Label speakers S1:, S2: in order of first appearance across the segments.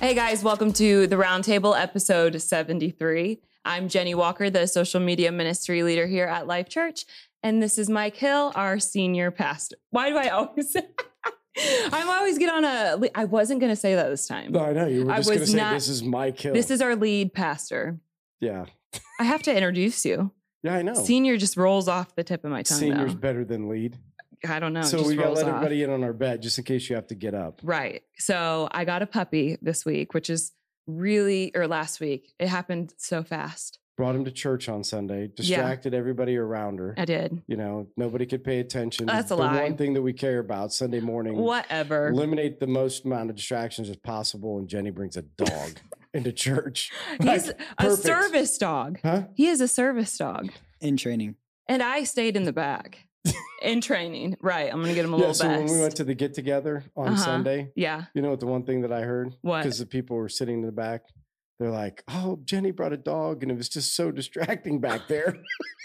S1: Hey guys, welcome to the Roundtable, episode 73. I'm Jenny Walker, the social media ministry leader here at Life Church. And this is Mike Hill, our senior pastor. Why do I always say I'm always get on a I wasn't gonna say that this time.
S2: No, I know you were
S1: I
S2: just going to
S1: was
S2: say
S1: not-
S2: this is my kill.
S1: This is our lead pastor.
S2: yeah,
S1: I have to introduce you.
S2: yeah, I know.
S1: Senior just rolls off the tip of my tongue
S2: Oh. Senior's
S1: now.
S2: better than lead.
S1: I don't know. it
S2: so
S1: just
S2: we got to
S1: rolls
S2: let
S1: off.
S2: everybody in on our bet just in case you have to get up.
S1: Right. So I got a puppy this week, which is really or last week. It happened so fast.
S2: Brought him to church on Sunday. Distracted everybody around her.
S1: I did.
S2: you know, nobody could pay attention.
S1: That's a
S2: the
S1: lie.
S2: One thing that we care about Sunday morning.
S1: Whatever.
S2: Eliminate the most amount of distractions as possible, and Jenny brings a dog into church.
S1: He's
S2: Like,
S1: a
S2: perfect.
S1: service dog.
S2: Huh?
S1: He is a service dog.
S3: in training.
S1: And I stayed in the back in training. Right. I'm going to get him a
S2: Yeah.
S1: little
S2: So when
S1: best.
S2: we went to the get together on
S1: Uh-huh.
S2: Sunday,
S1: yeah.
S2: You know what the one thing that I heard?
S1: What?
S2: Because the people were sitting in the back. They're like, "Oh, Jenny brought a dog, and it was just so distracting back there."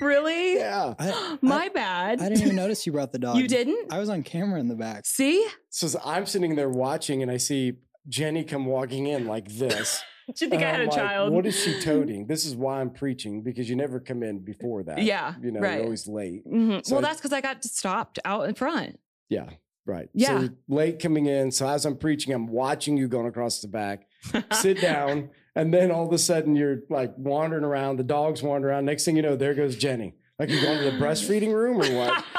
S1: Really?
S2: yeah.
S3: I,
S1: My bad.
S3: I didn't even notice you brought the dog.
S1: you didn't?
S3: I was on camera in the back.
S1: See?
S2: So s- I'm sitting there watching, and I see Jenny come walking in like this.
S1: Did you think
S2: and
S1: I had
S2: I'm
S1: a
S2: like,
S1: child?
S2: What is she toting? This is why I'm preaching because you never come in before that.
S1: Yeah,
S2: You know,
S1: right.
S2: you're always late.
S1: Mhm.
S2: So
S1: well,
S2: I-
S1: that's because I got stopped out in front.
S2: Yeah. Right.
S1: Yeah.
S2: So late coming in. So as I'm preaching, I'm watching you going across the back. sit down, and then all of a sudden you're like wandering around. The dogs wander around. Next thing you know, there goes Jenny. Like you going to the breastfeeding room or what?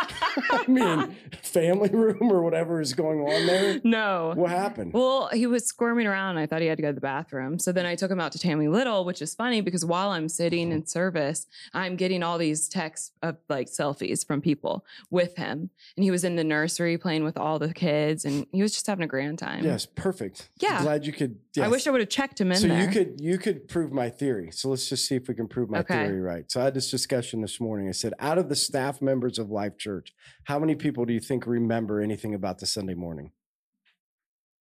S2: I mean, family room or whatever is going on there.
S1: no.
S2: What happened?
S1: Well, he was squirming around. I thought he had to go to the bathroom. So then I took him out to Tammy Little, which is funny because while I'm sitting in service, I'm getting all these texts of like selfies from people with him. And he was in the nursery playing with all the kids and he was just having a grand time.
S2: yes, perfect.
S1: Yeah.
S2: Glad you could. Yes.
S1: I wish I would have checked him in
S2: so
S1: there.
S2: you could you could prove my theory. So let's just see if we can prove my
S1: Okay.
S2: theory right. So I had this discussion this morning. I said, out of the staff members of Life Church, how many people do you think remember anything about the Sunday morning?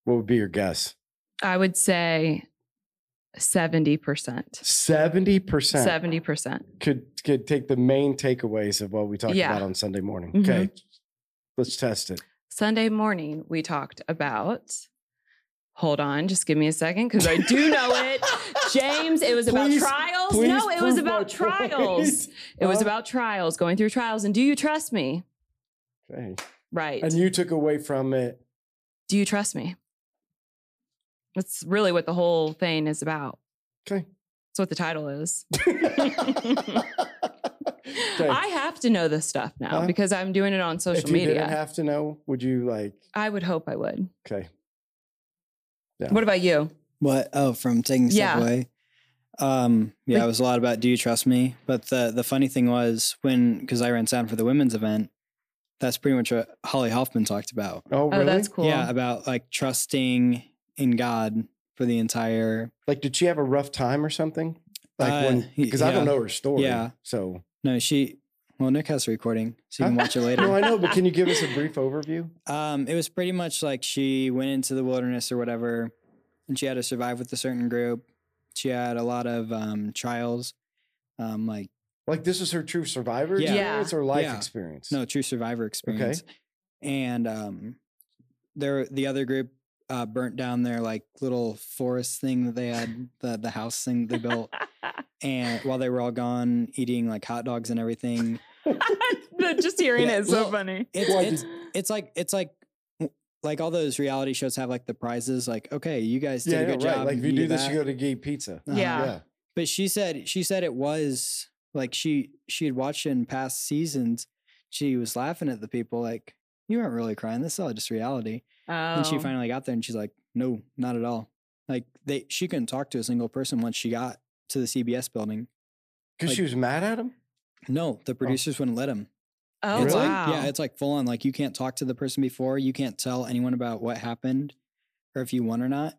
S2: What would be your guess?
S1: I would say 70%.
S2: Seventy percent.
S1: 70%.
S2: could could take the main takeaways of what we talked
S1: Yeah.
S2: about on Sunday morning.
S1: Mhm.
S2: Okay. Let's test it.
S1: Sunday morning, we talked about. Hold on, just give me a second because I do know it. James, it was
S2: Please-
S1: about trials.
S2: please
S1: No, it was
S2: prove my Uh-huh.
S1: about trials.
S2: point.
S1: It was
S2: Huh?
S1: about trials, going through trials. And do you trust me?
S2: Okay.
S1: Right.
S2: And you took away from it.
S1: do you trust me? That's really what the whole thing is about.
S2: Okay.
S1: That's what the title is.
S2: Okay.
S1: I have to know this stuff now
S2: Huh?
S1: because I'm doing it on
S2: if
S1: social
S2: you didn't
S1: media.
S2: have to know, would you like
S1: I would hope I would.
S2: okay. Yeah.
S1: What about you?
S3: What? Oh, from taking
S1: Yeah.
S3: stuff away. Um, yeah,
S1: Like-
S3: it was a lot about do you trust me? But the the funny thing was when because I ran sound for the women's event, that's pretty much what Holly Hoffman talked about.
S2: Oh really?
S1: Oh, that's cool.
S3: Yeah, about like trusting in God for the entire.
S2: Like did she have a rough time or something? Like
S3: Uh,
S2: when
S3: y-
S2: because I don't
S3: yeah.
S2: know her story.
S3: Yeah.
S2: So
S3: No, she. Well, Nick has the recording, so you can watch it later.
S2: no, I know, but can you give us a brief overview?
S3: Um, it was pretty much like she went into the wilderness or whatever, and she had to survive with a certain group. She had a lot of um, trials, um, like
S2: Like this is her true survivor
S3: Yeah.
S1: Yeah.
S2: experience or life
S3: Yeah.
S2: experience?
S3: no true survivor experience. And um, there, the other group uh, burnt down their like little forest thing that they had, the the house thing they built, and while they were all gone, eating like hot dogs and everything.
S1: just hearing
S3: Yeah,
S1: it is so
S3: well,
S1: funny.
S3: It's
S2: Why
S3: it's, it's like it's like. w- Like all those reality shows have like the prizes, like okay, you guys did
S2: Yeah,
S3: a good
S2: yeah, right.
S3: job.
S2: Like if you, do
S3: get
S2: this,
S3: that.
S2: you go to Gay Pizza.
S3: Uh-huh.
S1: Yeah.
S2: yeah.
S3: but she said she said it was like she she had watched it in past seasons she was laughing at the people like you weren't really crying this is all just reality and she
S1: Oh.
S3: finally got there and she's like no not at all like they she couldn't talk to a single person once she got to the cbs building
S2: Because
S3: Like-
S2: she was mad at him?
S3: no the producers wouldn't let him
S1: Oh
S2: Really?
S1: wow!
S3: yeah it's like full on like you can't talk to the person before you can't tell anyone about what happened or if you won or not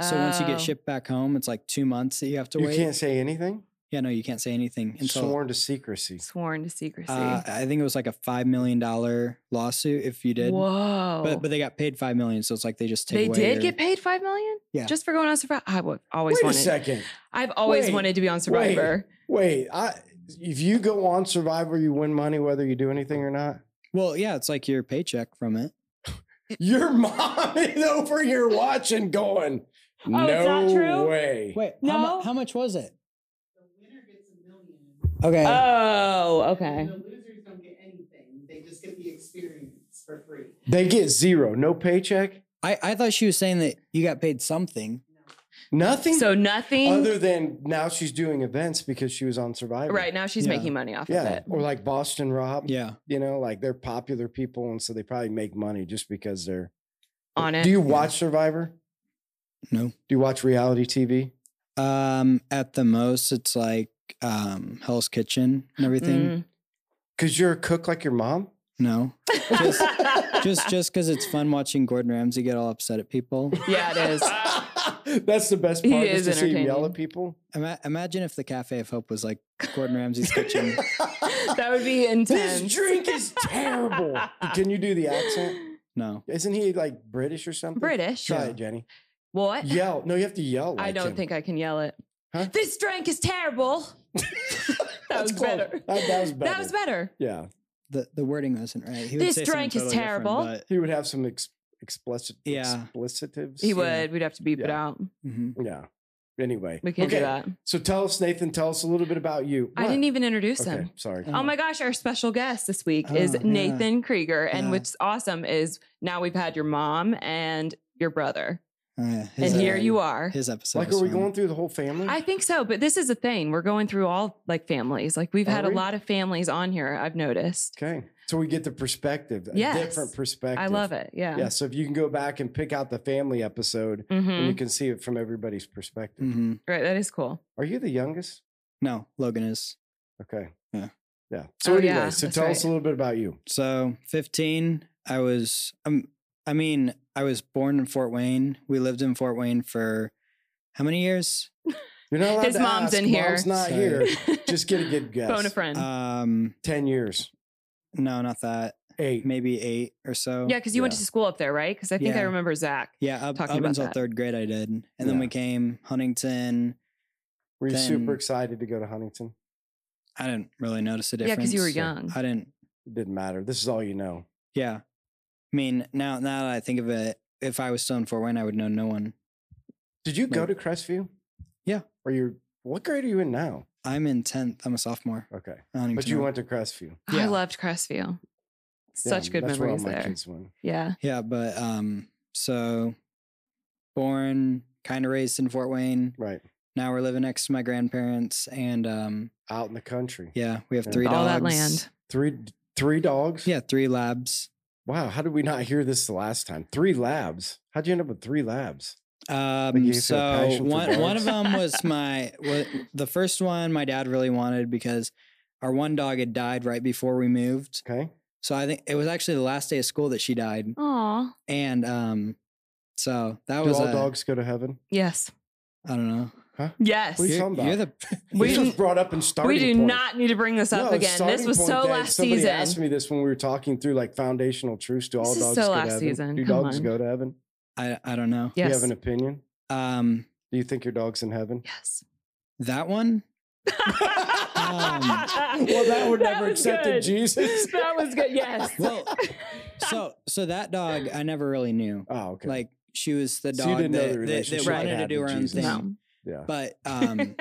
S3: so once you
S1: Oh.
S3: get shipped back home it's like two months that you have to
S2: You
S3: wait
S2: can't say anything?
S3: yeah no you can't say anything until
S2: Sworn to secrecy.
S1: sworn to secrecy.
S3: Uh, I think it was like a five million dollar lawsuit if you did.
S1: Whoa!
S3: But but they got paid five million, so it's like they just take
S1: they
S3: away
S1: did
S3: your-
S1: get paid five million.
S3: Yeah.
S1: just for going on Survivor. I would always
S2: Wait a
S1: wanted.
S2: second.
S1: I've always
S2: Wait,
S1: wanted to be on Survivor.
S2: Wait, I, if you go on Survivor, you win money whether you do anything or not.
S3: Well, yeah, it's like your paycheck from it.
S2: Your mom is over here watching, going,
S1: Oh, it's not true?
S2: way.
S3: Wait, how, mu-
S1: No.
S3: how much was it? Okay.
S1: Oh, okay.
S4: The losers don't get anything. They just get the experience for free.
S2: They get zero, no paycheck,
S3: I, I thought she was saying that you got paid something.
S2: nothing.
S1: So nothing.
S2: other than now she's doing events because she was on Survivor.
S1: right now, she's
S3: Yeah.
S1: making money off of
S2: Yeah.
S1: it.
S2: Or like Boston Rob.
S3: Yeah.
S2: You know, like they're popular people, and so they probably make money just because they're
S1: On it.
S2: Do you watch Survivor?
S3: No.
S2: Do you watch reality TV?
S3: Um, at the most, it's like um Hell's Kitchen and everything.
S1: Mm.
S2: Because you're a cook like your mom.
S3: No,
S1: Mm.
S3: just just because it's fun watching Gordon Ramsay get all upset at people.
S1: yeah, it is.
S2: That's the best
S1: He
S2: part is,
S1: is
S2: to see him
S1: entertaining.
S2: yell at people.
S3: Ima- imagine if the Cafe of Hope was like Gordon Ramsay's kitchen.
S1: That would be intense.
S2: this drink is terrible. Can you do the accent?
S3: No,
S2: Isn't he like British or something?
S1: British.
S2: Try
S3: Yeah.
S2: it, Jenny.
S1: What?
S2: Yell. No, you have to yell.
S1: I
S2: like
S1: don't
S2: him.
S1: think I can yell it.
S2: Huh?
S1: This drink is terrible. that
S2: That's
S1: was
S2: close.
S1: better.
S2: That- that was
S1: That
S2: better.
S1: was better.
S2: Yeah,
S3: the the wording wasn't right. He
S1: This
S3: say something
S1: drink is
S3: totally different,
S1: terrible.
S3: but-
S2: he would have some ex- explicit.
S3: Yeah.
S2: Explicitives.
S1: He would. We'd have to beep it
S2: Yeah.
S1: out.
S3: Mhm.
S2: Yeah. Anyway.
S1: We can't
S2: okay.
S1: do that.
S2: So tell us, Nathan. Tell us a little bit about you.
S1: I
S2: What?
S1: didn't even introduce him.
S2: Okay. Sorry.
S1: Oh my gosh, our special guest this week is
S3: Oh, yeah.
S1: Nathan Krieger. And
S3: Yeah.
S1: what's awesome is now we've had your mom and your brother.
S3: Oh, yeah, his,
S1: and here
S3: uh,
S1: you are.
S3: His episode.
S2: Like,
S3: was
S2: are we
S3: fun.
S2: going through the whole family?
S1: I think so, but this is a thing. We're going through all like families. Like we've
S2: Are
S1: had a
S2: we?
S1: lot of families on here, I've noticed.
S2: okay. So we get the perspective, a different
S1: Yes.
S2: perspective.
S1: I love it. Yeah.
S2: Yeah. So if you can go back and pick out the family episode, and
S1: hmm
S2: you can see it from everybody's perspective.
S3: Mhm.
S1: Right. That is cool.
S2: Are you the youngest?
S3: No, Logan is.
S2: Okay.
S3: Yeah.
S2: Yeah. So
S1: Oh,
S2: anyway,
S1: yeah,
S2: so
S1: that's
S2: tell
S1: right.
S2: us a little bit about you.
S3: So 15, I was um I mean, I was born in Fort Wayne. We lived in Fort Wayne for how many years?
S2: You're not allowed
S1: His
S2: to
S1: mom's
S2: ask.
S1: in here.
S2: Mom's not
S3: Sorry.
S2: here. Just get a good guess. Uh,
S1: Phone a friend.
S3: Um
S2: Ten years.
S3: no, not that.
S2: Eight.
S3: Maybe 8 or so.
S1: yeah, because you went
S2: yeah.
S1: to school up there, right? Because I think I
S3: Yeah.
S1: remember Zach.
S3: Yeah, up,
S1: Talking
S3: up
S1: about
S3: until
S1: that.
S3: 3rd grade I did. And then
S2: Yeah.
S3: we came Huntington.
S2: Were you super
S3: then-
S2: excited to go to Huntington?
S3: I didn't really notice a
S1: Yeah,
S3: difference.
S1: 'cause you were young.
S3: I didn't
S2: It didn't matter. This is all you know.
S3: Yeah. I mean, now now that I think of it, if I was still in Fort Wayne, I would know no one.
S2: Did you go
S3: Right.
S2: to Crestview?
S3: Yeah.
S2: Or you? What grade are you in now?
S3: I'm in 10th. I'm a sophomore.
S2: Okay.
S3: Huntington
S2: But you
S3: High.
S2: went to Crestview.
S1: I
S3: Yeah.
S1: loved Crestview. Such
S2: Yeah,
S1: good
S2: that's where all
S1: memories
S2: my
S1: there.
S2: kids went.
S1: Yeah.
S3: Yeah, but um, so born, kind of raised in Fort Wayne.
S2: Right.
S3: Now we're living next to my grandparents, and um,
S2: Out in the country.
S3: yeah, we have
S2: Yeah.
S3: three dogs.
S1: All that land.
S2: Three three dogs.
S3: Yeah, three labs.
S2: Wow. How did we not hear this the last time? Three labs. How'd you end up with three labs?
S3: Um,
S2: you feel
S3: so
S2: passion for
S3: one one of
S2: dogs?
S3: them was my wa- the first one my dad really wanted because our one dog had died right before we moved.
S2: Okay.
S3: So I think it was actually the last day of school that she died.
S1: Aw.
S3: And um, so that
S2: Do
S3: was uh,
S2: all
S3: a-
S2: dogs go to heaven?
S1: Yes.
S3: I don't know.
S1: Yes.
S2: What are you
S1: We,
S2: talking about?
S3: You're the
S1: We
S2: This
S1: didn't-
S2: was brought up in starting.
S1: do
S2: point.
S1: not need to bring this
S2: No,
S1: up
S2: it's
S1: again. This
S2: starting
S1: was
S2: point,
S1: so
S2: Dad.
S1: last
S2: Somebody
S1: season.
S2: asked me this when we were talking through like foundational truths. Do all
S1: This is
S2: dogs
S1: so
S2: go
S1: last
S2: to heaven?
S1: season.
S2: Do
S1: Come
S2: dogs
S1: on.
S2: go to heaven?
S3: I I don't know.
S2: Do you have
S1: yes.
S2: an opinion?
S3: Um,
S2: Do you think your dog's in heaven?
S1: yes.
S3: that one.
S2: Um, Well, that would never
S1: was
S2: accepted
S1: good.
S2: Jesus.
S1: That was good. Yes.
S3: Well, so so that dog I never really knew.
S2: Oh, okay.
S3: Like she was the
S2: So you
S3: dog
S2: didn't know the
S3: that, that- that,
S2: relationship
S1: you
S3: wanted to
S2: had
S3: do her
S2: with
S3: own
S2: Jesus.
S3: thing.
S1: no.
S2: yeah.
S3: But um,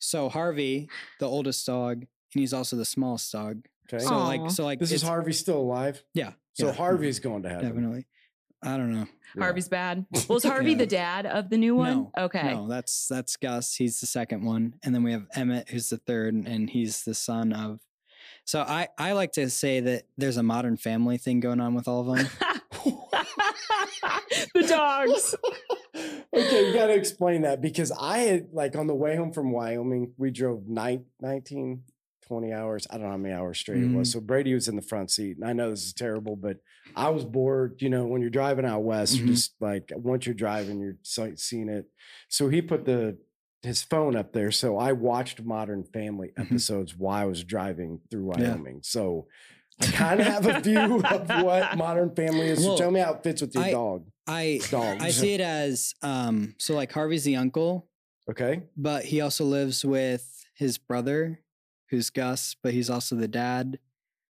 S3: so Harvey, the oldest dog, and he's also the smallest dog.
S2: Okay.
S3: So
S1: Aw.
S3: like so like
S2: this is
S3: it's-
S2: Harvey still alive?
S3: Yeah.
S2: So
S3: yeah,
S2: Harvey's going to heaven.
S3: definitely. I don't know.
S2: Yeah.
S1: Harvey's bad. Was Harvey
S3: Yeah.
S1: the dad of the new one?
S3: No,
S1: okay.
S3: No, that's that's Gus. He's the second one, and then we have Emmett, who's the third, and he's the son of. So I I like to say that there's a modern family thing going on with all of them.
S1: the dogs.
S2: okay, you got to explain that because I had like on the way home from Wyoming, we drove nine, 19, 20 hours. I don't know how many hours straight it was.
S3: Mhm.
S2: So Brady was in the front seat, and I know this is terrible, but I was bored. You know, when you're driving out west,
S3: Mhm.
S2: you're just like once you're driving, you're sight- seeing it. So he put the his phone up there, so I watched Modern Family
S3: Mhm.
S2: episodes while I was driving through
S3: Yeah.
S2: Wyoming. So. I kind of have a view of what Modern Family is. So
S3: Well,
S2: tell me how it fits with your
S3: I-
S2: dog.
S3: I
S2: Dogs.
S3: I see it as um so like Harvey's the uncle,
S2: Okay.
S3: but he also lives with his brother, who's Gus, but he's also the dad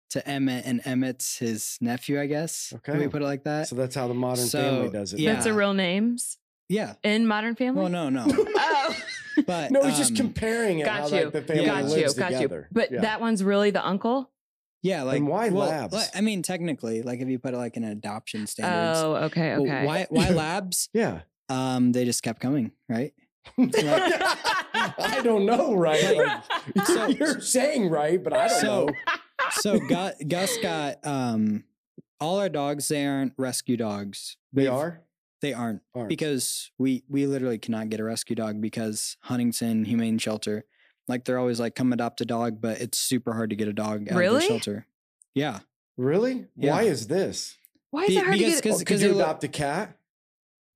S3: to Emmett, and Emmett's his nephew, I guess. Can
S2: Okay.
S3: we put it like that?
S2: So that's how the modern family
S3: Uh, So,
S2: does it.
S3: yeah.
S1: That's a real names.
S3: Yeah.
S1: in Modern Family?
S3: Well, no, no.
S1: Oh,
S3: But
S2: No, he's just
S3: um,
S2: comparing it. how,
S1: got
S2: like,
S1: you.
S2: the family
S1: got
S2: lives
S1: you. Got
S2: together.
S1: you. But
S2: Yeah.
S1: that one's really the uncle?
S3: yeah, like
S2: Then why
S3: well,
S2: labs?
S3: like- I mean, technically, like if you put it like in adoption standards,
S1: Oh, okay.
S3: well,
S1: Okay.
S3: why why labs?
S2: yeah.
S3: Um, they just kept coming, right?
S2: I don't know, right? Like,
S3: So-
S2: you're saying right, but I don't
S3: So-
S2: know.
S3: So Gus, Gus got um, all our dogs. They aren't rescue dogs.
S2: They
S3: We've-
S2: are?
S3: They aren't
S2: Aren't.
S3: because we we literally cannot get a rescue dog because Huntington Humane Shelter, like they're always like come adopt a dog, but it's super hard to get a dog out of
S1: Really?
S3: the shelter. Yeah,
S2: Really?
S3: Yeah.
S2: Why is this?
S1: Why is it
S3: Be-
S1: hard to
S3: because-
S1: get?
S2: Because
S3: 'Cause-
S2: oh, could
S3: 'cause
S2: you
S3: they look-
S2: adopt a cat?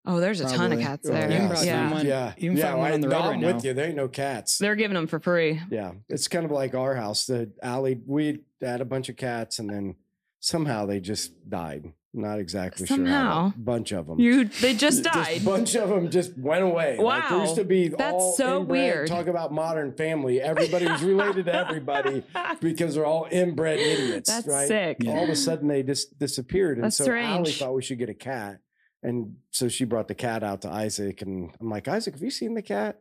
S1: Oh, there's a ton of
S3: Probably.
S1: cats
S2: Oh,
S1: there.
S3: You can probably
S1: yeah.
S3: find one.
S2: Yeah.
S3: You can
S2: yeah,
S3: find one
S2: I-
S3: on the road
S2: I'm
S3: right
S2: with
S3: now.
S2: you. There ain't no cats.
S1: They're giving them for free.
S2: yeah. It's kind of like our house. The alley, we had a bunch of cats and then somehow they just died. Not exactly sure.
S1: Somehow.
S2: A bunch of them.
S1: You they just
S2: A
S1: died.
S2: bunch of them just went away. Like, there used
S1: Wow.
S2: to be
S1: That's
S2: all
S1: so
S2: inbred-
S1: weird.
S2: Talk about modern family. Everybody was related to everybody because they're all inbred idiots.
S1: That's
S2: right?
S1: sick.
S3: Yeah.
S2: All of a sudden they just disappeared. And
S1: That's
S2: so Allie
S1: strange.
S2: thought we should get a cat. And so she brought the cat out to Isaac. And I'm like, Isaac, have you seen the cat?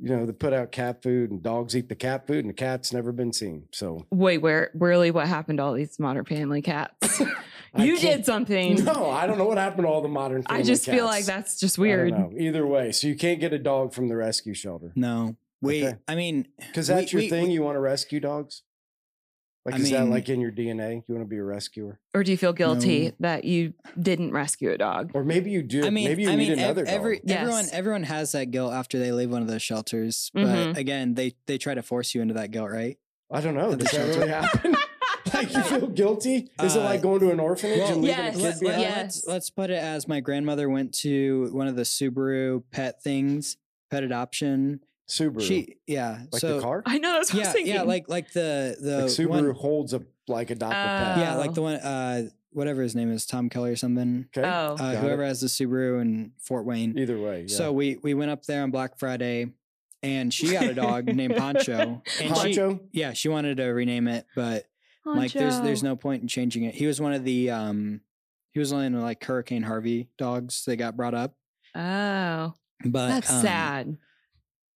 S2: You know, they put out cat food and dogs eat the cat food and the cat's never been seen. So
S1: Wait, where really what happened to all these modern family cats?
S2: I
S1: you
S2: can't-
S1: did something.
S2: No, I don't know what happened to all the modern family
S1: I just feel
S2: cats.
S1: like that's just
S2: I don't
S1: weird.
S2: know. Either way. So you can't get a dog from the rescue shelter.
S3: No, wait.
S2: Okay.
S3: I mean,
S2: Because
S3: We-
S2: that's your
S3: we-
S2: thing.
S3: we-
S2: you want to rescue dogs? Like,
S3: I
S2: is that
S3: mean-
S2: like in your DNA? You want to be a rescuer?
S1: Or do you feel guilty
S3: No.
S1: that you didn't rescue a dog?
S2: Or maybe you do.
S3: I mean,
S2: maybe you
S3: I
S2: need
S3: mean, ev-
S2: another
S3: every
S2: dog.
S3: everyone
S1: Yes.
S3: everyone has that guilt after they leave one of those shelters. But
S1: Mhm.
S3: again, they they try to force you into that guilt, right?
S2: I don't know.
S3: at the
S2: Does that
S3: shelter.
S2: really happen? like, you feel guilty? Is it
S3: Uh,
S2: like going to an orphanage and leaving
S1: yes,
S2: a kid
S1: let-
S2: behind?
S1: yeah.
S3: us
S1: Yes.
S3: let's put it as my grandmother went to one of the Subaru pet things, pet adoption.
S2: Subaru.
S3: She yeah,
S2: like
S3: so
S2: the car?
S1: I know that's what I
S3: yeah
S1: was thinking.
S3: yeah like like the the
S2: like, Subaru
S3: one,
S2: holds a, like, adopt a pet.
S3: yeah like the one uh whatever his name is Tom Kelly or something.
S2: Okay.
S1: oh,
S3: Uh,
S2: Got it.
S3: whoever has the Subaru in Fort Wayne.
S2: Either way. Yeah.
S3: So we we went up there on Black Friday, and she got a dog named Poncho. And she-
S2: Poncho?
S3: yeah, she wanted to rename it, but like there's there's no point in changing it. He was one of the um he was one of the, like Hurricane Harvey dogs that got brought up.
S1: Oh,
S3: But
S1: that's
S3: um,
S1: sad.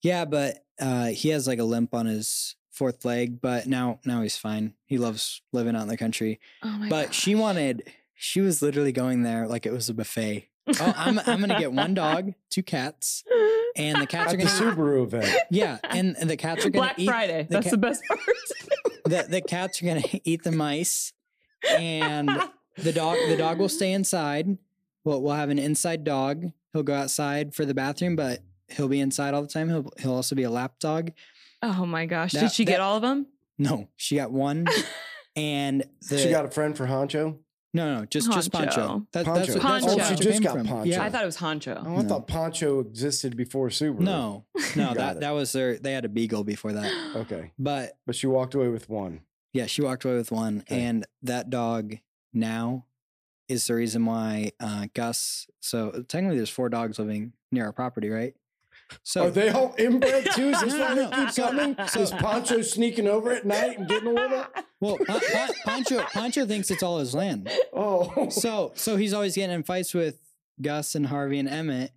S3: Yeah, but uh he has like a limp on his fourth leg, but now now he's fine. He loves living out in the country.
S1: Oh my
S3: But she
S1: gosh.
S3: wanted she was literally going there like it was a buffet. Oh, I'm I'm gonna get one dog, two cats, and the cats
S2: At
S3: are
S2: the
S3: gonna
S2: Subaru event.
S3: Yeah, and, and the cats are gonna
S1: Black
S3: eat
S1: Friday.
S3: the
S1: that's
S3: ca-
S1: the best part.
S3: the, the cats are gonna eat the mice and the dog the dog will stay inside. We'll we'll have an inside dog. He'll go outside for the bathroom, but he'll be inside all the time. He'll he'll also be a lap dog.
S1: Oh my gosh!
S3: That-
S1: Did she
S3: that-
S1: get all of them?
S3: No, she got one, and the,
S2: She got a friend for Honcho?
S3: no, no, just just Poncho.
S1: Poncho.
S3: That,
S2: Poncho.
S3: That's, what- that's
S1: Poncho.
S3: where
S1: Oh, she
S3: Poncho
S2: just
S3: came
S2: got
S3: from.
S2: Poncho.
S3: Yeah.
S1: I thought it was Honcho.
S2: Oh, I
S3: No.
S2: thought Poncho existed before Subaru.
S3: no, no,
S2: Got
S3: that
S2: it.
S3: that was their. They had a beagle before that,
S2: Okay.
S3: but
S2: But she walked away with one.
S3: yeah, she walked away with one,
S2: Okay.
S3: and that dog now is the reason why uh, Gus. So technically, there's four dogs living near our property, right? So
S2: Are they all inbred too? Is this
S3: No,
S2: why
S3: no,
S2: they
S3: no.
S2: keep coming?
S1: So-
S2: Is Poncho sneaking over at night and getting a little?
S3: well, Pon- Pon- Poncho Poncho thinks it's all his land.
S2: Oh,
S3: So so he's always getting in fights with Gus and Harvey and Emmett.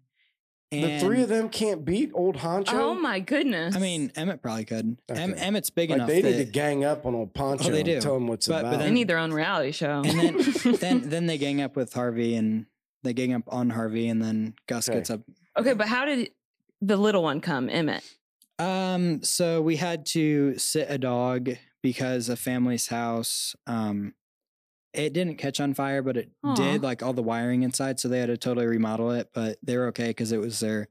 S2: the
S3: And
S2: three of them can't beat old Honcho.
S1: Oh my goodness!
S3: I mean, Emmett probably could. Em-
S2: Okay.
S3: Emmett's big
S2: like
S3: enough.
S2: they need to
S3: that-
S2: gang up on old Poncho.
S3: Oh, they
S2: And
S3: do.
S2: tell him what's
S3: But- but
S2: about.
S1: they
S3: then-
S1: need their own reality show.
S3: and then, then then they gang up with Harvey and they gang up on Harvey and then Gus
S2: Okay.
S3: gets up.
S1: okay, but how did the little one come, Emmett?
S3: Um, so we had to sit a dog because a family's house. Um, it didn't catch on fire, but it
S1: Aw.
S3: did. Like all the wiring inside, so they had to totally remodel it. But they were okay because it was their.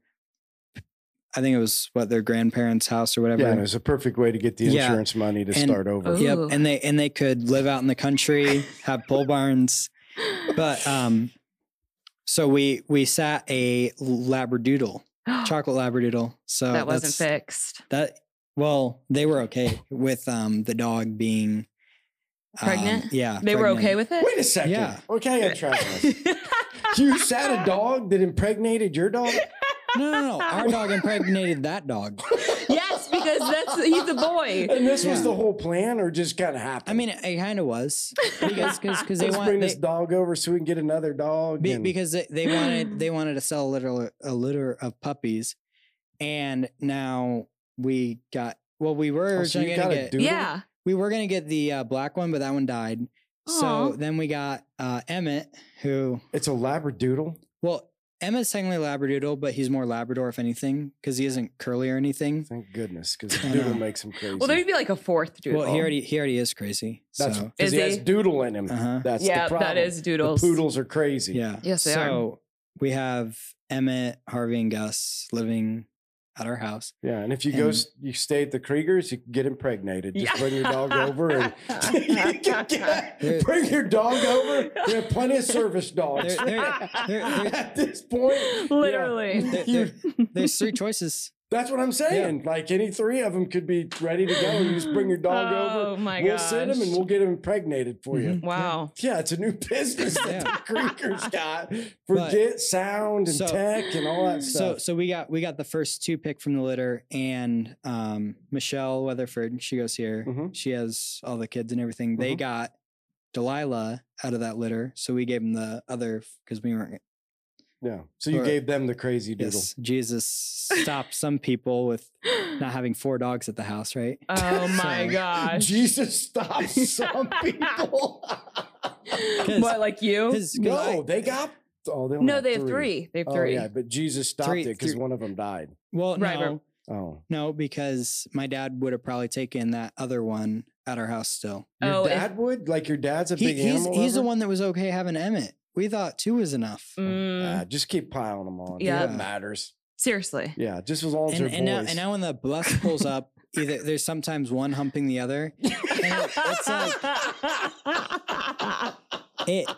S3: I think it was what their grandparents' house or whatever.
S2: yeah, and it's a perfect way to get the
S3: Yeah.
S2: insurance money to
S3: And-
S2: start over.
S1: Oh.
S3: Yep,
S1: Ooh.
S3: and they and they could live out in the country, have pole barns, but um, so we we sat a labradoodle, chocolate labradoodle. So
S1: Ah. that wasn't
S3: uh, that's-
S1: fixed.
S3: That well, they were okay with um the dog being um,
S1: Pregnant?
S3: yeah,
S1: They were okay
S3: pregnant.
S1: with it.
S2: Wait a second.
S3: Yeah.
S2: Okay, I'm traveling. you sat a dog that impregnated your dog.
S3: No, no, no. Our dog impregnated that dog.
S1: yes, because that's he's a boy.
S2: And this was
S3: Yeah.
S2: the whole plan, or just kind of happened.
S3: I mean, it, kind of was because because because they
S2: let's
S3: want
S2: bring
S3: they,
S2: this dog over so we can get another dog.
S3: be,
S2: and-
S3: because they, they wanted they wanted to sell a litter a litter of puppies, and now we got well we were
S2: Oh, so
S3: originally
S2: you
S3: gonna
S2: got a
S3: get
S2: doodle?
S1: Yeah.
S3: we were gonna get the uh, black one, but that one died.
S1: Aw.
S3: So then we got uh, Emmett, who
S2: it's a labradoodle.
S3: well Emmett's technically Labradoodle, but he's more Labrador if anything because he isn't curly or anything.
S2: Thank goodness, because
S3: I
S2: doodle
S3: know.
S2: makes him crazy.
S1: Well, there'd be like a fourth doodle.
S3: Well, he already he already is crazy.
S2: that's
S3: so
S1: Is
S2: because he has
S1: he?
S2: doodle in him.
S3: Uh-huh.
S2: That's
S1: yeah,
S2: the problem.
S1: that is
S2: The
S1: doodles.
S2: poodles are crazy.
S3: yeah,
S1: Yes, they are.
S3: so we have Emmett, Harvey, and Gus living at our house.
S2: Yeah, and if you go,
S3: And-
S2: s- you stay at the Kriegers, you can get impregnated. Just
S1: Yeah.
S2: bring your dog over and you can get- bring your dog over. We have plenty of service dogs.
S3: There- there- there- there-
S2: at this point, yeah,
S1: Literally.
S3: There-
S2: you-
S3: there- there's three choices.
S2: that's what I'm saying. Like any three of them could be ready to go. You just bring your dog
S1: oh
S2: over.
S1: my
S2: we'll
S1: gosh.
S2: send him and we'll get him impregnated for you.
S3: Mhm.
S1: Wow.
S2: Yeah, it's a new business that
S3: Yeah.
S2: the Kriegers got.
S3: But-
S2: Forget sound and
S3: So-
S2: tech and all that
S3: So
S2: stuff.
S3: so we got we got the first two pick from the litter and um, Michelle Weatherford. She goes here.
S2: Mhm.
S3: She has all the kids and everything. They
S2: Mhm.
S3: got Delilah out of that litter, so we gave them the other because we weren't.
S2: yeah. So you
S3: or-
S2: gave them the crazy doodle.
S3: Yes, Jesus stopped some people with not having four dogs at the house, right?
S1: Oh my
S3: So-
S1: gosh.
S2: Jesus stops some people.
S1: what, like you?
S3: 'Cause- 'cause
S2: no,
S3: I-
S2: they got. Oh, they only
S1: No, they have three. They have
S2: Oh,
S1: three.
S2: yeah, but Jesus stopped
S3: Three-
S2: it because
S3: three-
S2: one of them died.
S3: well,
S1: Right, right.
S3: no,
S2: Oh,
S3: no, because my dad would have probably taken that other one at our house still.
S2: your
S1: Oh, if-
S2: dad would like your dad's a
S3: He-
S2: big
S3: he's
S2: animal.
S3: he's the
S2: lover?
S3: one that was okay having Emmett. We thought two was enough.
S1: Mm,
S2: Ah, just keep piling them on. Yeah,
S1: Yeah.
S2: that matters.
S1: seriously.
S2: Yeah, just as long as
S3: and,
S2: they're
S3: and now
S2: boys.
S3: and now when the bus pulls up, either there's sometimes one humping the other. And it- it's like it,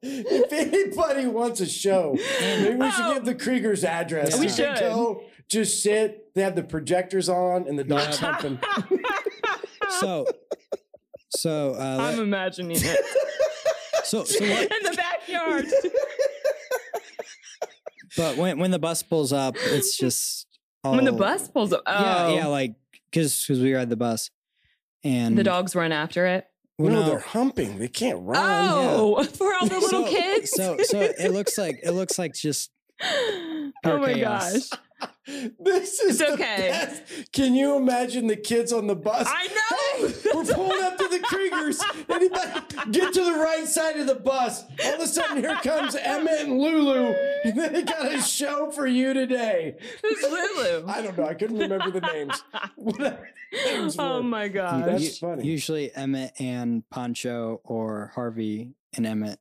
S2: if anybody wants a show, maybe we should
S1: Oh.
S2: give the Kriegers address.
S3: Yeah.
S2: We
S3: We
S2: should
S1: should.
S2: go, just sit. They have the projectors on and the dog's
S3: Yeah.
S2: humping.
S3: so so
S1: I'm
S3: uh,
S1: imagining it
S3: so so what,
S1: in the backyard.
S3: but when when the bus pulls up, it's just all,
S1: When the bus pulls up, oh,
S3: yeah yeah like because because we ride the bus and
S1: the dogs run after it.
S3: well,
S2: no,
S3: no.
S2: they're humping. They can't run.
S1: Oh, for all the little
S3: So-
S1: kids.
S3: So so it looks like it looks like just
S1: oh
S3: pure
S1: my
S3: chaos.
S1: gosh.
S2: This
S1: It's
S2: is the
S1: okay.
S2: best. Can you imagine the kids on the bus?
S1: I know.
S2: Hey, We're pulling up to the Kriegers. Anybody get to the right side of the bus? All of a sudden, here comes Emmett and Lulu. They got a show for you today.
S1: Who's Lulu?
S2: I don't know. I couldn't remember the names. Whatever the names
S1: oh
S2: were.
S1: my
S3: u-
S1: gosh.
S2: That's funny.
S3: usually Emmett and Poncho or Harvey and Emmett.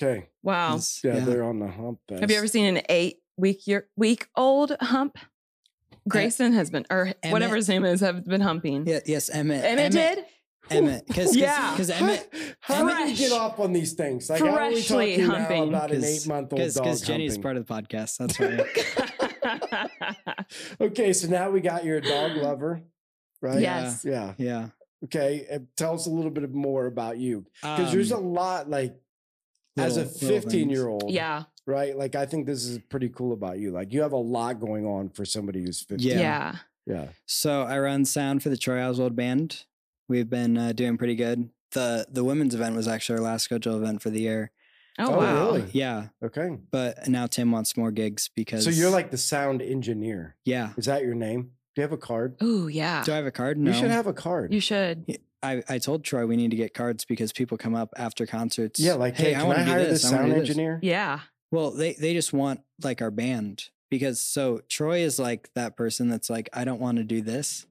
S2: Okay.
S1: Wow.
S3: is-
S2: Yeah, they're on the hump.
S1: Have you ever seen an eight week year week old hump? Grayson has been or
S3: Emmett-
S1: whatever his name is have been humping.
S3: Yeah, yes, Emmett.
S1: Emmett did.
S3: Emmett. Cause, cause,
S1: Yeah.
S3: 'cause
S2: How,
S3: Emmett,
S2: how do you
S1: Fresh.
S2: get off on these things? Like, I only talk to
S1: Freshly
S2: you now
S1: humping.
S2: about an
S3: Because-
S2: eight-month-old dog
S3: because Jenny's
S2: humping.
S3: part of the podcast. That's why.
S2: Okay, so now we got you're a dog lover, right?
S1: yes.
S2: Yeah.
S3: yeah.
S2: Okay. and tell us a little bit more about you. Because there's a
S3: Um,
S2: lot like as a
S3: little- little things.
S2: 15 year old,
S1: Yeah.
S2: right? Like I think this is pretty cool about you. Like you have a lot going on for somebody who's 15.
S1: Yeah.
S3: Yeah. So I run sound for the Troy Oswald Band. We've been uh, doing pretty good. The the women's event was actually our last scheduled event for the year.
S1: Oh,
S2: Oh,
S1: wow.
S2: really?
S3: Yeah,
S2: Okay.
S3: but now Tim wants more gigs because
S2: So you're like the sound engineer.
S3: yeah.
S2: Is that your name? Do you have a card?
S1: Ooh, yeah.
S3: Do I have a card? No.
S2: You should have a card.
S1: You should.
S3: I, I told Troy we need to get cards because people come up after concerts.
S2: yeah, like hey, can
S3: wanna
S2: I,
S3: do
S2: hire this,
S3: I wanna
S2: sound
S3: do
S2: engineer?
S1: Yeah.
S3: Well, they they just want like our band because so Troy is like that person that's like I don't want to do this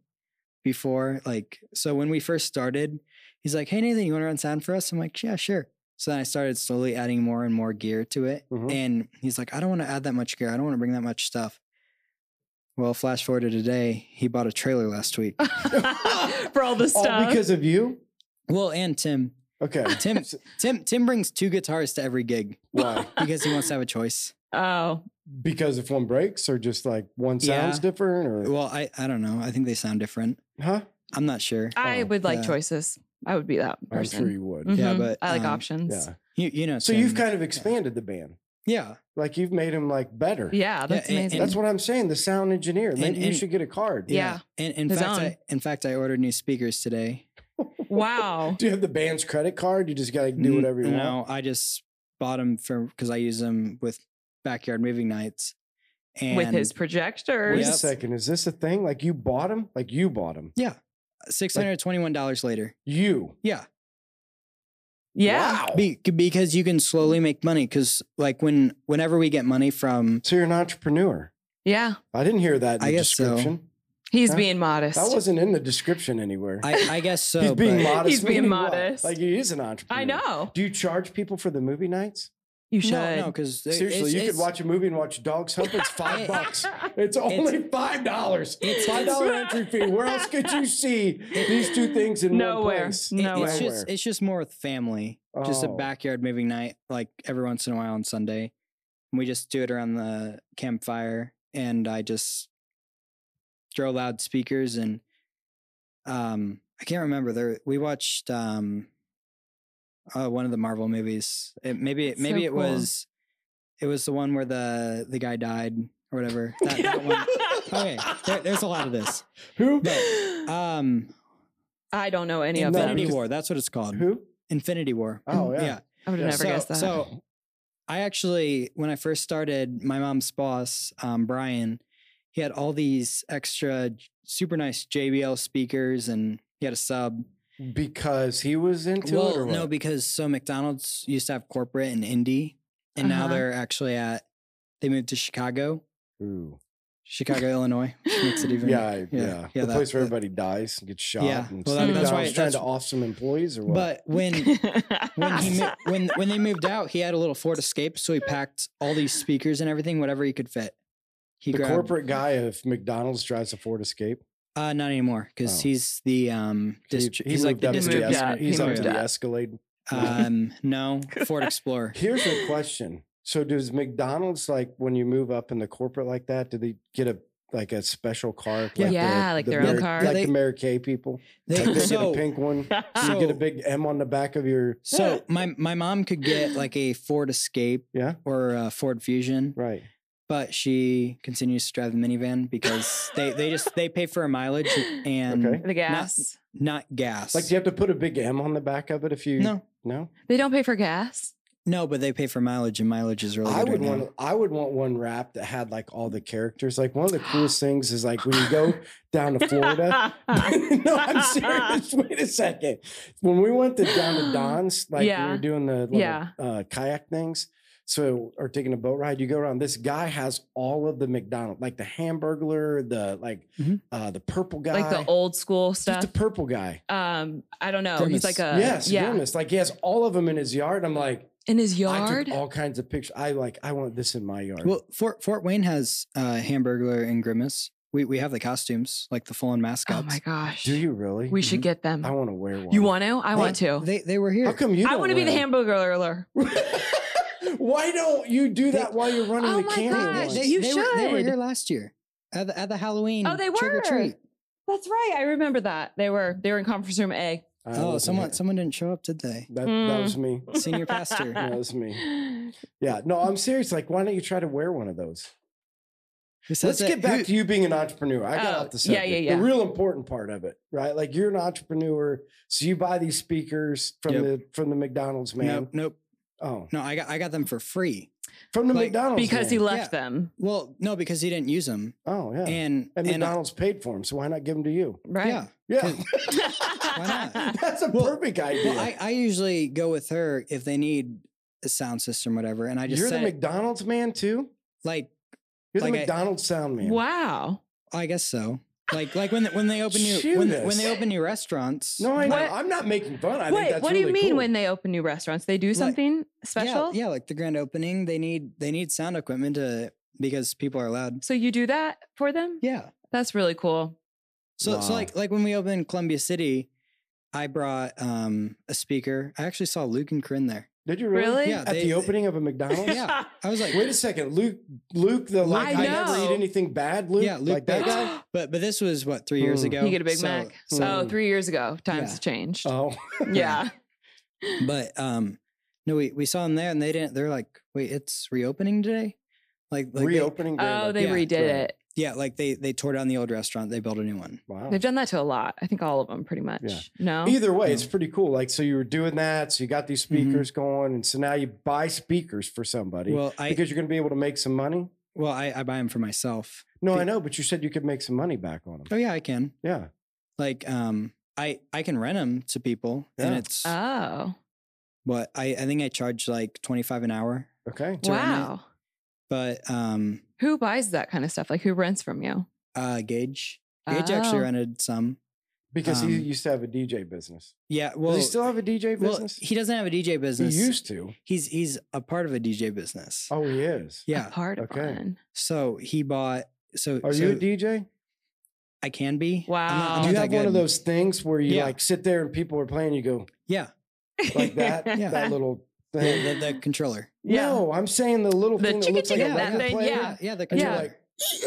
S3: before like so when we first started, he's like, "Hey Nathan, you want to run sound for us?" I'm like, "Yeah, sure." So then I started slowly adding more and more gear to it,
S2: Mhm.
S3: and he's like, "I don't want to add that much gear. I don't want to bring that much stuff." Well, flash forward to today, he bought a trailer last week.
S1: For all the stuff.
S2: All because of you?
S3: well, and Tim,
S2: Okay.
S3: Tim, Tim, Tim brings two guitars to every gig
S2: Why?
S3: because he wants to have a choice.
S1: oh.
S2: Because if one breaks or just like one sounds
S3: Yeah.
S2: different or
S3: Well, I I don't know. I think they sound different.
S2: huh?
S3: I'm not sure.
S1: I
S2: Oh,
S1: would like
S3: yeah.
S1: choices. I would be that
S2: I'm
S1: person.
S2: sure you would.
S3: Yeah,
S1: Mhm.
S3: but,
S1: I like
S3: um,
S1: options.
S2: Yeah.
S3: You you know.
S2: So you've
S3: Tim.
S2: kind of expanded the band.
S3: Yeah.
S2: Like you've made him like better.
S1: Yeah, that's
S3: and-
S1: amazing.
S2: That's what I'm saying. The sound engineer.
S3: And-
S2: Maybe you
S3: and-
S2: should get a card.
S1: Yeah.
S3: And in
S1: His
S3: fact,
S1: own.
S3: I, in fact, I ordered new speakers today.
S1: wow.
S2: Do you have the band's credit card? You just gotta do
S3: N-
S2: whatever you want.
S3: No, I just bought them for because I use them with backyard moving nights. And
S1: With his
S2: Wait
S1: projectors.
S2: a
S3: Yep.
S2: second. Is this a thing? Like you bought him? Like you bought him?
S3: six hundred twenty-one dollars later.
S2: You.
S3: Yeah,
S1: Yeah.
S2: Wow.
S3: be, because you can slowly make money. Because like when whenever we get money from,
S2: So you're an entrepreneur.
S1: Yeah.
S2: I didn't hear that in
S3: I
S2: the
S3: guess so.
S2: description.
S1: He's
S2: Huh?
S1: being modest.
S2: That wasn't in the description anywhere.
S3: I, I guess so.
S2: He's being
S3: but-
S2: modest.
S1: He's being
S2: meaning what?
S1: modest.
S2: Like he is an entrepreneur.
S1: I know.
S2: Do you charge people for the movie nights?
S1: You should.
S3: No, no, because
S2: Seriously, you could watch a movie and watch Dogs Hump. It's five
S3: It-
S2: bucks. It's only five dollars.
S3: it's-
S2: Five dollar entry fee. Where else could you see these two things in
S1: Nowhere.
S2: one place?
S1: It-
S3: No,
S1: Nowhere.
S3: it's just it's just more with family. Just a
S2: Oh.
S3: backyard moving night, like every once in a while on Sunday. And we just do it around the campfire, and I just throw loud speakers and um I can't remember there we watched um uh, one of the Marvel movies. It, maybe it,
S1: That's so
S3: maybe it
S1: cool.
S3: was it was the one where the the guy died or whatever. That, that one. Okay, there, there's a lot of this.
S2: Who?
S3: Um,
S1: I don't know any of
S2: No,
S1: them.
S3: Infinity
S2: because-
S3: War. That's what it's called.
S2: Who?
S3: Infinity War.
S2: Oh yeah.
S1: I would have
S2: Yeah,
S1: never
S3: um, so,
S1: guessed that.
S3: So I actually, when I first started, my mom's boss, um, Brian, he had all these extra j- super nice JBL speakers and he had a sub.
S2: Because he was into it or
S3: Well,
S2: what?
S3: no, because so McDonald's used to have corporate and indie, and now
S1: Uh-huh.
S3: they're actually at, they moved to Chicago,
S2: Ooh.
S3: Chicago, Illinois, which makes it even.
S2: Yeah, I- yeah,
S3: yeah, yeah,
S2: the
S3: that-
S2: place where
S3: that-
S2: everybody dies and gets shot.
S3: Yeah,
S2: and
S3: well,
S1: that- that's
S2: McDonald's
S3: why-
S2: trying to
S3: that's-
S2: off some employees or what?
S3: But when when he mo- when when they moved out, he had a little Ford Escape, so he packed all these speakers and everything, whatever he could fit. He
S2: the
S3: grabbed,
S2: corporate guy of McDonald's drives a Ford Escape.
S3: uh, not anymore because
S2: Oh.
S3: he's the um
S2: He-
S3: distri-
S2: he
S3: he's like
S2: moved
S3: the
S2: up to
S1: district
S2: the
S1: moved
S2: Esca-
S1: out.
S3: distributor.
S1: He
S2: He's up to
S1: moved
S2: the
S1: out.
S2: Escalade.
S3: Um, no Ford Explorer.
S2: Here's a question: So does McDonald's like when you move up in the corporate like that? Do they get a like a special car?
S3: Yeah.
S1: Yeah, like their own
S2: Mary-
S1: car.
S2: like
S3: They-
S2: the Mary Kay people.
S3: They-
S2: Like, they get a
S3: so
S2: pink one. you get a
S3: so-
S2: big M on the back of your
S3: so my my mom could get like a Ford Escape
S2: Yeah.
S3: or a Ford Fusion,
S2: right.
S3: but she continues to drive the minivan because they they just they pay for a mileage and
S2: Okay.
S1: the gas.
S3: not gas.
S2: Like, do you have to put a big M on the back of it if you
S3: no,
S2: no?
S1: They don't pay for gas.
S3: no, but they pay for mileage, and mileage is really.
S2: I
S3: good
S2: would
S3: right now.
S2: want I would want one wrap that had like all the characters. Like one of the coolest things is like when you go down to Florida. no, I'm serious. Wait a second. When we went to down to Don's, like we
S1: Yeah.
S2: were doing the little,
S1: Yeah.
S2: uh, kayak things. So or taking a boat ride, you go around. This guy has all of the McDonald's, like the Hamburglar, the like
S3: Mhm.
S2: uh, the purple guy,
S1: Mm-hmm. Like the old school
S2: just
S1: stuff.
S2: the purple guy.
S1: Um, I don't know. He's
S3: Grimace.
S1: like a
S2: yes,
S1: yeah
S2: Grimace. Like he has all of them in his yard. I'm like,
S1: in his
S2: I
S1: yard.
S2: took all kinds of pictures. I like, I want this in my yard.
S3: Well, Fort Fort Wayne has uh, Hamburglar and Grimace. We we have the costumes, like the full on
S1: Oh
S3: mascots.
S1: my gosh.
S2: Do you really?
S1: We should
S3: Mhm.
S1: get them.
S2: I want to wear one.
S1: You want to? I want to.
S3: They they were here.
S2: How come you?
S1: I
S2: don't
S1: want to be the
S2: wear
S1: hamburger.
S2: one? Why don't you do that while you're running
S1: Oh
S2: the
S1: my
S2: camera?
S1: gosh,
S2: one?
S1: they- you
S3: Were, they were
S1: should.
S3: here last year at the, at the
S2: Mm,
S3: Halloween.
S1: Oh, they
S3: trick or
S1: were.
S3: treat.
S1: That's right. I remember that. They were they were in conference room A.
S2: I
S3: Oh,
S2: wasn't
S3: someone
S2: here.
S3: someone didn't show up, did they?
S2: That, that
S1: Mm.
S2: was me.
S3: Senior pastor.
S2: Yeah, Mm. That was me. Yeah. No, I'm serious. Like, why don't you try to wear one of those?
S3: Who says
S2: Let's
S3: that-
S2: get back
S3: who-
S2: to you being an entrepreneur. I got
S1: Oh,
S2: off the
S1: yeah, yeah,
S2: subject.
S1: yeah.
S2: The real important part of it, right? Like you're an entrepreneur, so you buy these speakers from
S3: Yep.
S2: the from the McDonald's man.
S3: Nope, nope.
S2: Oh,
S3: No, I got I got them for free.
S2: from the
S3: Like,
S2: McDonald's
S1: because he
S2: man.
S1: left them.
S3: Well, no, because he didn't use them,
S2: Oh, yeah. And,
S3: and and I-
S2: McDonald's paid for him, so why not give them to you?
S1: Right.
S3: yeah.
S2: Yeah,
S3: Why not?
S2: that's a
S3: Well-
S2: perfect idea.
S3: Well, I, I usually go with her if they need a sound system, whatever, and I just
S2: You're the
S3: set it-
S2: McDonald's man too.
S3: like
S2: You're
S3: Like
S2: the
S3: I-
S2: McDonald's sound man.
S1: Wow.
S3: I guess so. Like like when when they open new when, when they
S2: Judas.
S3: open new restaurants.
S2: No, I know.
S1: What-
S2: I'm not making fun. I think
S1: Wait,
S2: that's
S1: what do you
S2: really
S1: mean
S2: cool.
S1: when they open new restaurants? They do
S3: Like-
S1: something
S3: yeah,
S1: special?
S3: Yeah, like the grand opening, they need they need sound equipment to because people are loud.
S1: So you do that for them?
S3: Yeah.
S1: That's really cool.
S3: So so
S2: Wow.
S3: like like when we opened Columbia City, I brought um a speaker. I actually saw Luke and Corinne there.
S2: Did you really? Oh,
S1: Really?
S3: Yeah,
S2: At
S3: they-
S2: the opening of a McDonald's?
S3: Yeah. I was like,
S2: Uh, Wait a second, Luke. Luke, the like, I,
S1: I
S2: never eat
S1: know.
S2: anything bad. Luke,
S3: Yeah, Luke
S2: like that
S3: Baker.
S2: guy.
S3: but but this was what three years
S2: Hmm.
S3: ago.
S1: you get a Big
S3: So-
S1: Mac.
S3: so-
S1: oh,
S2: Mm.
S1: three years ago. Times
S3: Yeah.
S1: changed.
S2: Oh,
S1: yeah.
S3: but um, no, we we saw them there, and they didn't. They're like, wait, it's reopening today? Like, like they-
S2: Reopening. Grand
S1: oh,
S2: Opening.
S1: they
S3: yeah,
S1: redid
S2: right.
S1: it.
S3: yeah, like they they tore down the old restaurant, they built a new one.
S2: Wow.
S1: They've done that to a lot. I think all of them pretty much.
S2: Oh. Yeah.
S1: No.
S2: Either way,
S3: Yeah.
S2: it's pretty cool. Like, so you were doing that, so you got these
S3: Mm-hmm.
S2: speakers going, and so now you buy speakers for somebody
S3: Well, I
S2: because you're going to be able to make some money.
S3: well I, I buy them for myself.
S2: No,
S3: Be-
S2: I know, but you said you could make some money back on them.
S3: Oh yeah, I can.
S2: Yeah,
S3: Like um I I can rent them to people, and
S2: Yeah.
S3: it's
S1: Oh.
S3: what I I think I charge like twenty five an hour,
S2: okay.
S3: to rent it.
S1: Wow.
S3: but um
S1: Who buys that kind of stuff? Like who rents from you?
S3: uh Gage Gage actually
S1: Oh.
S3: rented some.
S2: Because he
S3: Um,
S2: used to have a DJ business.
S3: Yeah, well
S2: Does he still have a DJ
S3: well,
S2: business?
S3: he doesn't have a DJ
S2: he
S3: business.
S2: used to.
S3: he's he's a part of a DJ business.
S2: Oh, he is.
S1: A
S3: Yeah.
S1: part of
S2: Okay.
S1: one.
S3: So he bought. So
S2: Are
S3: so
S2: you a DJ?
S3: I can be. I'm not-
S1: Wow.
S3: I'm
S2: Do
S3: not
S2: you
S3: that
S2: have one of
S3: good.
S2: those things where you
S3: Yeah.
S2: like sit there and people are playing, you go
S3: Yeah.
S2: like that,
S3: Yeah.
S2: that little thing?
S3: The, the, the controller.
S1: Yeah.
S2: No, I'm saying the little
S1: The
S2: thing that
S1: chicka
S2: looks like
S1: chicka,
S2: a
S1: that
S2: record
S1: thing,
S2: player.
S1: yeah.
S3: Yeah. The
S2: And you're
S3: controller.
S2: like,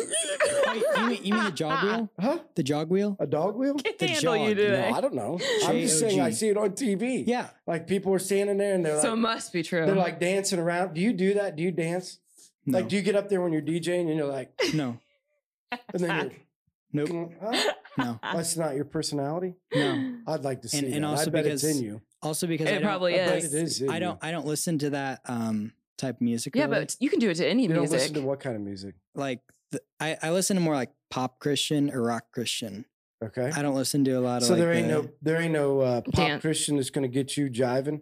S3: Oh, you, mean, you mean the jog wheel?
S2: huh?
S3: The jog wheel?
S2: A dog wheel?
S1: Can't
S3: The
S1: handle you
S3: jog,
S1: do
S2: No, I
S1: it.
S2: don't know. I'm just saying I
S3: J-O-G.
S2: see it on TV.
S3: Yeah.
S2: Like people are standing there and they're
S1: So it
S2: like
S1: must be true.
S2: they're like dancing around. Do you do that? Do you dance?
S3: No.
S2: Like do you get up there when you're DJing and you're like
S3: no.
S2: and then you're
S3: Nope.
S2: "Mm, huh?
S3: No.
S2: that's not your personality?
S3: No.
S2: I'd like to see that.
S3: and also
S2: I bet it's in
S3: because-
S2: you.
S3: Also because
S1: It
S3: I don't,
S1: probably
S2: I bet
S1: is.
S2: it is in
S3: I don't.
S2: you.
S3: I don't listen to that um type of music.
S1: yeah,
S3: really.
S1: but you can do it to any
S2: You don't
S1: music.
S2: listen to what kind of music.
S3: like the, I I listen to more like pop Christian or rock Christian.
S2: Okay.
S3: I don't listen to a lot of.
S2: So
S3: like
S2: there ain't
S3: the-
S2: no there ain't no uh, pop
S1: Dan-
S2: Christian that's gonna get you jiving.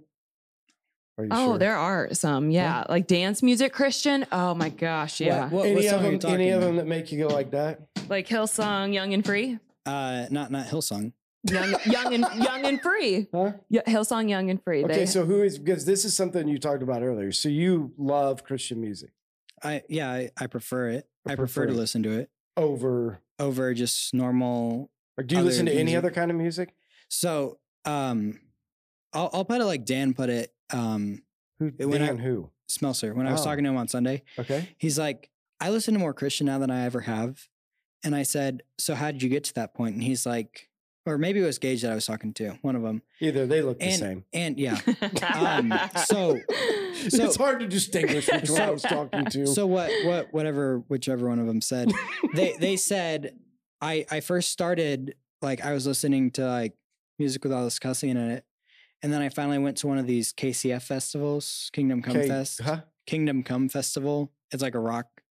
S2: Are you
S1: Oh,
S2: sure?
S1: there are some. Yeah. Like dance music Christian. Oh my gosh.
S3: What-
S1: Yeah.
S3: What, what,
S2: any
S3: song
S2: of
S3: are you
S2: them
S3: talking
S2: any of them
S3: about?
S2: that make you go like that?
S1: Like Hillsong, Young and Free.
S3: Uh, not not Hillsong.
S1: Young, young and young and free.
S2: Huh?
S1: Yeah, Hillsong, Young and Free.
S2: Okay, so who is because this is something you talked about earlier. So you love Christian music
S3: I yeah, I, I prefer it.
S2: I
S3: I prefer,
S2: prefer
S3: to
S2: it.
S3: listen to it
S2: over
S3: over just normal.
S2: or do you
S3: Other
S2: listen to any
S3: music.
S2: other kind of music?
S3: So um, I'll, I'll put it like Dan put it. Um,
S2: Who
S3: It- when I-
S2: Dan who?
S3: Smelser. When I was
S2: Oh.
S3: talking to him on Sunday,
S2: Okay.
S3: he's like, I listen to more Christian now than I ever have. And I said, So how did you get to that point? And he's like, or maybe it was Gage that I was talking to, one of them.
S2: Either they look the same.
S3: And yeah.
S1: um,
S3: Um, so so-
S2: it's hard to distinguish which one I was talking to.
S3: so what what whatever whichever one of them said they they said i i first started like i was listening to like music with all this cussing in it and then i finally went to one of these kcf festivals kingdom come
S2: Okay,
S3: fest
S2: huh?
S3: kingdom come festival it's like a rock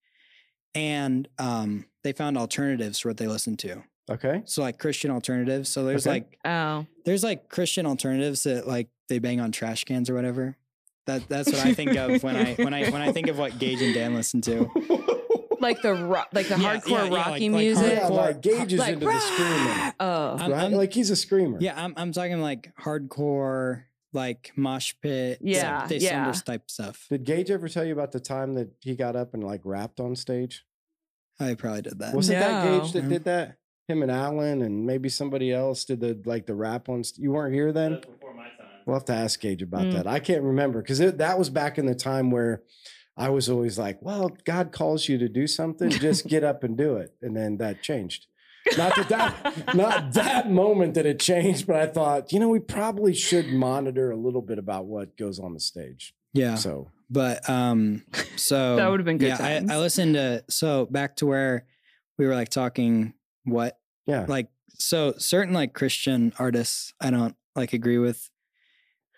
S3: and um they found alternatives for what they listened to
S2: Okay.
S3: so like christian alternatives so there's
S2: Okay.
S3: like
S1: oh.
S3: there's like christian alternatives that like they bang on trash cans or whatever that that's what i think of when i when i when i think of what gage and dan listen to
S1: Like the rock, like the
S3: Yeah, yeah,
S1: hardcore
S3: yeah, like-
S1: Rocky
S3: like
S1: music.
S2: yeah,
S3: hardcore-
S2: like Gage is
S1: Like,
S2: into the screaming.
S1: Oh.
S3: I'm-
S2: right?
S3: I'm-
S2: like he's a screamer.
S3: Yeah, I'm I'm talking like hardcore, like mosh pit,
S1: Yeah,
S3: Dave
S1: yeah.
S3: Saunders type stuff.
S2: Did Gage ever tell you about the time that he got up and like rapped on stage?
S3: I probably did that.
S2: Wasn't that Gage
S1: Uh, No.
S2: that did that? Him and Alan and maybe somebody else did the like the rap on. St- you weren't here then.
S5: That's before my time.
S2: We'll have to ask Gage about
S1: Mm.
S2: that. I can't remember because that was back in the time where I was always like, "Well, God calls you to do something, just get up and do it." And then that changed. Not that that not that moment that it changed, but I thought, you know, we probably should monitor a little bit about what goes on the stage.
S3: yeah,
S2: So
S3: but um, so
S1: That would've been good
S3: Yeah, I,
S1: times.
S3: I listened to so back to where we were like talking what
S2: yeah,
S3: like so certain like Christian artists I don't like agree with.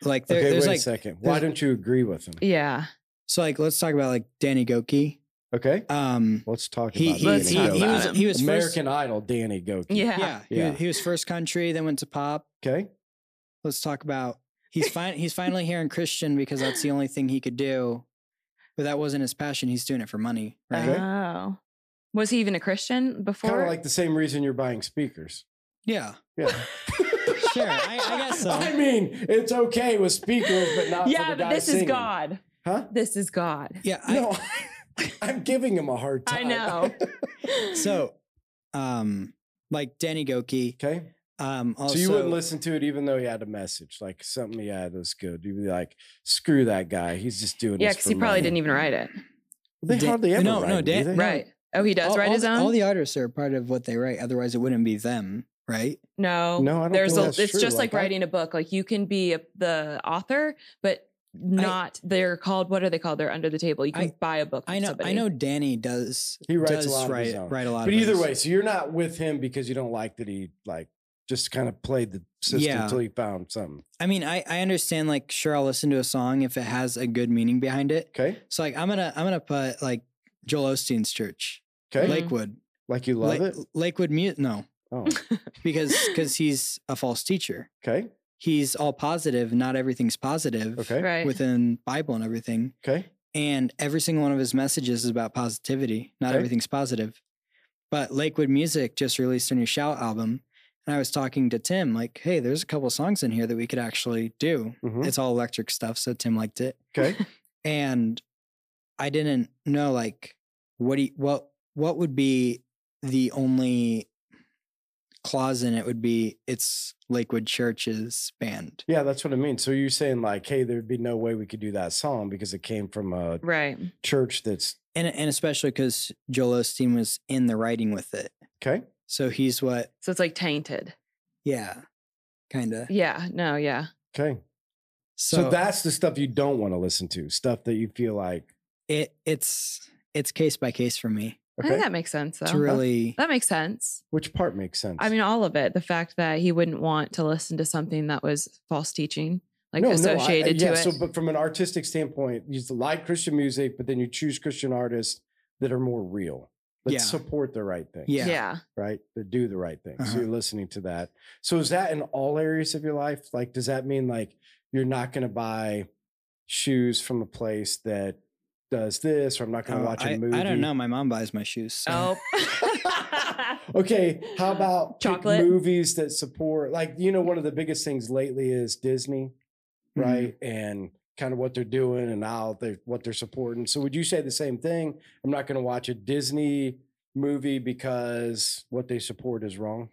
S3: Like there,
S2: okay. Wait
S3: there's
S2: a
S3: like
S2: second. Why
S3: there's-
S2: don't you agree with him?
S1: yeah.
S3: so like let's talk about like Danny Goki.
S2: Okay,
S3: Um,
S2: let's talk
S3: he
S2: about
S3: he,
S1: Let's
S2: Danny
S3: he,
S1: talk
S3: he
S2: Goki.
S1: about
S3: was
S1: him.
S3: he was
S2: American Idol. Danny Goki.
S1: Yeah.
S3: First, yeah, he
S2: Yeah.
S3: was- he was first country, then went to pop,
S2: Okay.
S3: let's talk about he's fine he's finally hearing christian because that's the only thing he could do but that wasn't his passion he's doing it for money right
S2: Okay.
S1: Oh. Was he even a Christian
S2: Kind
S1: before?
S2: of like the same reason you're buying speakers.
S3: yeah
S2: Yeah.
S3: sure I, I guess so
S2: I mean, it's okay with speakers, but not for
S1: yeah,
S2: the
S1: but
S2: guy
S1: this
S2: singing.
S1: is God.
S2: Huh?
S1: This is God.
S3: yeah I,
S2: No, I'm giving him a hard
S1: I
S2: time.
S1: know.
S3: so um like danny goki
S2: okay.
S3: um also
S2: so you wouldn't listen to it even though he had a message, like something he had was good. You'd be like, screw that guy. He's just uh, doing
S1: yeah,
S2: this
S1: because he
S2: for
S1: probably
S2: money."
S1: didn't even write it.
S2: They
S3: Da-
S2: hardly ever
S3: no,
S2: write
S3: no,
S2: it, do
S3: Dan-
S2: they?
S1: Right. Oh, he does
S3: all,
S1: write
S3: all
S1: his
S3: the-
S1: own.
S3: all the artists are part of what they write otherwise it wouldn't be them right
S1: no.
S2: No, I don't
S1: There's
S2: think
S1: a.
S2: that's
S1: It's
S2: true.
S1: just like,
S2: Like, I-
S1: writing a book. Like you can be a, the author, but not they're called what are they called? They're under the table. You can
S3: I-
S1: buy a book.
S3: I
S1: from
S3: know.
S1: somebody.
S3: I know. Danny does.
S2: He writes a
S3: does
S2: lot of his
S3: Write,
S2: own.
S3: write a lot.
S2: But
S3: of
S2: either
S3: his-
S2: way, so you're not with him because you don't like that he like just kind of played the system
S3: Yeah.
S2: until he found something.
S3: I mean, I I understand. Like, sure, I'll listen to a song if it has a good meaning behind it.
S2: Okay.
S3: So like, I'm gonna I'm gonna put like Joel Osteen's church,
S2: Okay. Like,
S1: Like-
S3: Lakewood,
S2: you love
S3: Lake-
S2: it.
S3: Lakewood mute. No,
S2: Oh.
S3: because because he's a false teacher.
S2: Okay.
S3: He's all positive. Not everything's positive.
S2: Okay.
S1: right.
S3: Within Bible and everything.
S2: Okay.
S3: and every single one of his messages is about positivity. Not
S2: Okay.
S3: everything's positive. But Lakewood Music just released a new shout album. And I was talking to Tim, like, hey, there's a couple songs in here that we could actually do.
S2: Mhm.
S3: It's all electric stuff. So Tim liked it.
S2: Okay.
S3: And I didn't know like what do you, what what would be the only clause in it would be it's Lakewood Church's band.
S2: Yeah, that's what I mean. So you're saying like, hey, there'd be no way we could do that song because it came from a
S1: right.
S2: church that's
S3: And and especially because Joel Osteen was in the writing with it.
S2: okay.
S3: So he's what
S1: So it's like tainted.
S3: Yeah, kind of.
S1: Yeah. No. Yeah.
S2: Okay.
S3: So,
S2: So, that's the stuff you don't want to listen to. Stuff that you feel like
S3: it it's it's case by case for me
S1: I think
S2: okay.
S1: that makes sense. Though.
S3: to really
S1: that makes sense.
S2: Which part makes sense?
S1: I mean, all of it. The fact that he wouldn't want to listen to something that was false teaching, like
S2: No, no, I-
S1: associated to
S2: yeah,
S1: it.
S2: So, but from an artistic standpoint, you like Christian music, but then you choose Christian artists that are more real. That
S3: Yeah.
S2: support the right thing.
S3: yeah.
S2: right? That do the right thing.
S3: Uh-huh.
S2: So you're listening to that. So is that in all areas of your life? Like, does that mean like you're not going to buy shoes from a place that does this, or I'm not going to
S3: Oh,
S2: watch a
S3: I,
S2: movie?
S3: I don't know. My mom buys my shoes. so-
S1: Oh.
S2: Okay, how about pick
S1: Chocolate?
S2: movies that support? Like, you know, one of the biggest things lately is Disney,
S3: Mhm.
S2: right? And kind of what they're doing and how they what they're supporting. So would you say the same thing? I'm not going to watch a Disney movie because what they support is wrong.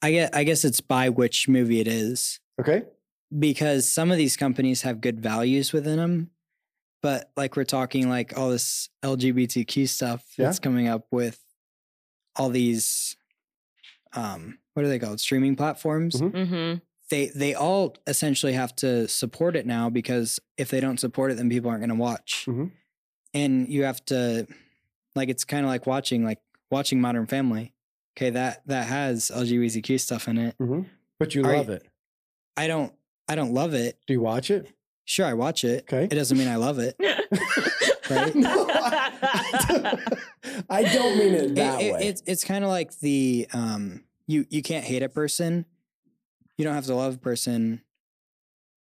S3: I get. I guess it's by which movie it is
S2: Okay.
S3: because some of these companies have good values within them, but like we're talking like all this LGBTQ stuff
S2: Yeah.
S3: that's coming up with all these, um, what are they called? Streaming platforms.
S2: Mhm.
S1: hmm
S3: they they all essentially have to support it now because if they don't support it then people aren't going to watch
S2: Mhm.
S3: and you have to like it's kind of like watching like watching modern family okay that that has lgbtq stuff in it
S2: Mm-hmm. But you
S3: Are
S2: love
S3: you-
S2: it.
S3: i don't i don't love it
S2: Do you watch it?
S3: sure i watch it
S2: Okay.
S3: it doesn't mean i love it Right?
S2: No, I, I don't mean it that
S3: it, it-
S2: way.
S3: it's it's kind of like the um you you can't hate a person you don't have to love a person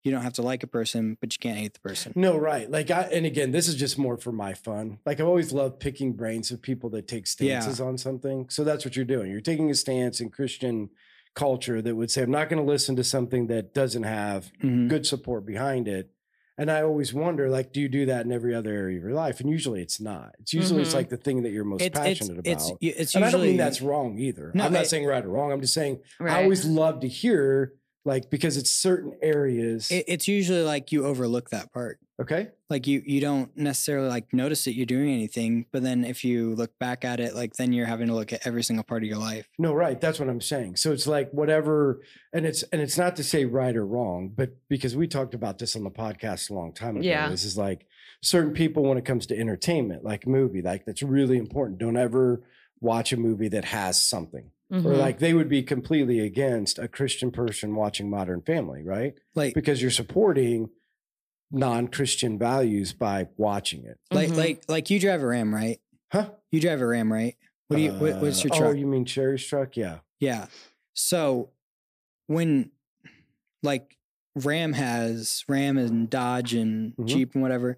S3: you don't have to like a person but you can't hate the person
S2: no, right. Like I and again, this is just more for my fun. Like I've always loved picking brains of people that take
S3: Yeah.
S2: stances on something. So that's what you're doing. You're taking a stance in Christian culture that would say, I'm not going to listen to something that doesn't have
S3: Mhm.
S2: good support behind it. And I always wonder, like, do you do that in every other area of your life? And usually it's not. It's usually it's
S1: Mhm.
S2: like the thing that you're most passionate about.
S3: Mm-hmm. It's, u- it's
S2: and
S3: usually
S2: I don't mean that's wrong either.
S3: No,
S2: I'm not
S3: it-
S2: saying right or wrong. I'm just saying
S1: Right.
S2: I always love to hear like because it's certain areas.
S3: it- it's usually like you overlook that part.
S2: okay.
S3: Like you you don't necessarily like notice that you're doing anything, but then if you look back at it, like then you're having to look at every single part of your life.
S2: No, right. That's what I'm saying. So it's like whatever, and it's and it's not to say right or wrong, but because we talked about this on the podcast a long time ago.
S1: Yeah.
S2: This is like certain people when it comes to entertainment, like movie, like that's really important. Don't ever watch a movie that has something. Or
S1: Mhm.
S2: like they would be completely against a Christian person watching Modern Family, right?
S3: Like
S2: because you're supporting non-christian values by watching it
S3: like
S1: Mhm.
S3: like like you drive a Ram, right?
S2: huh
S3: You drive a Ram, right? What do you what, what's your
S2: Uh,
S3: truck?
S2: oh you mean cherry's truck yeah
S3: yeah. So when like Ram has Ram and Dodge and
S2: Mhm.
S3: Jeep and whatever,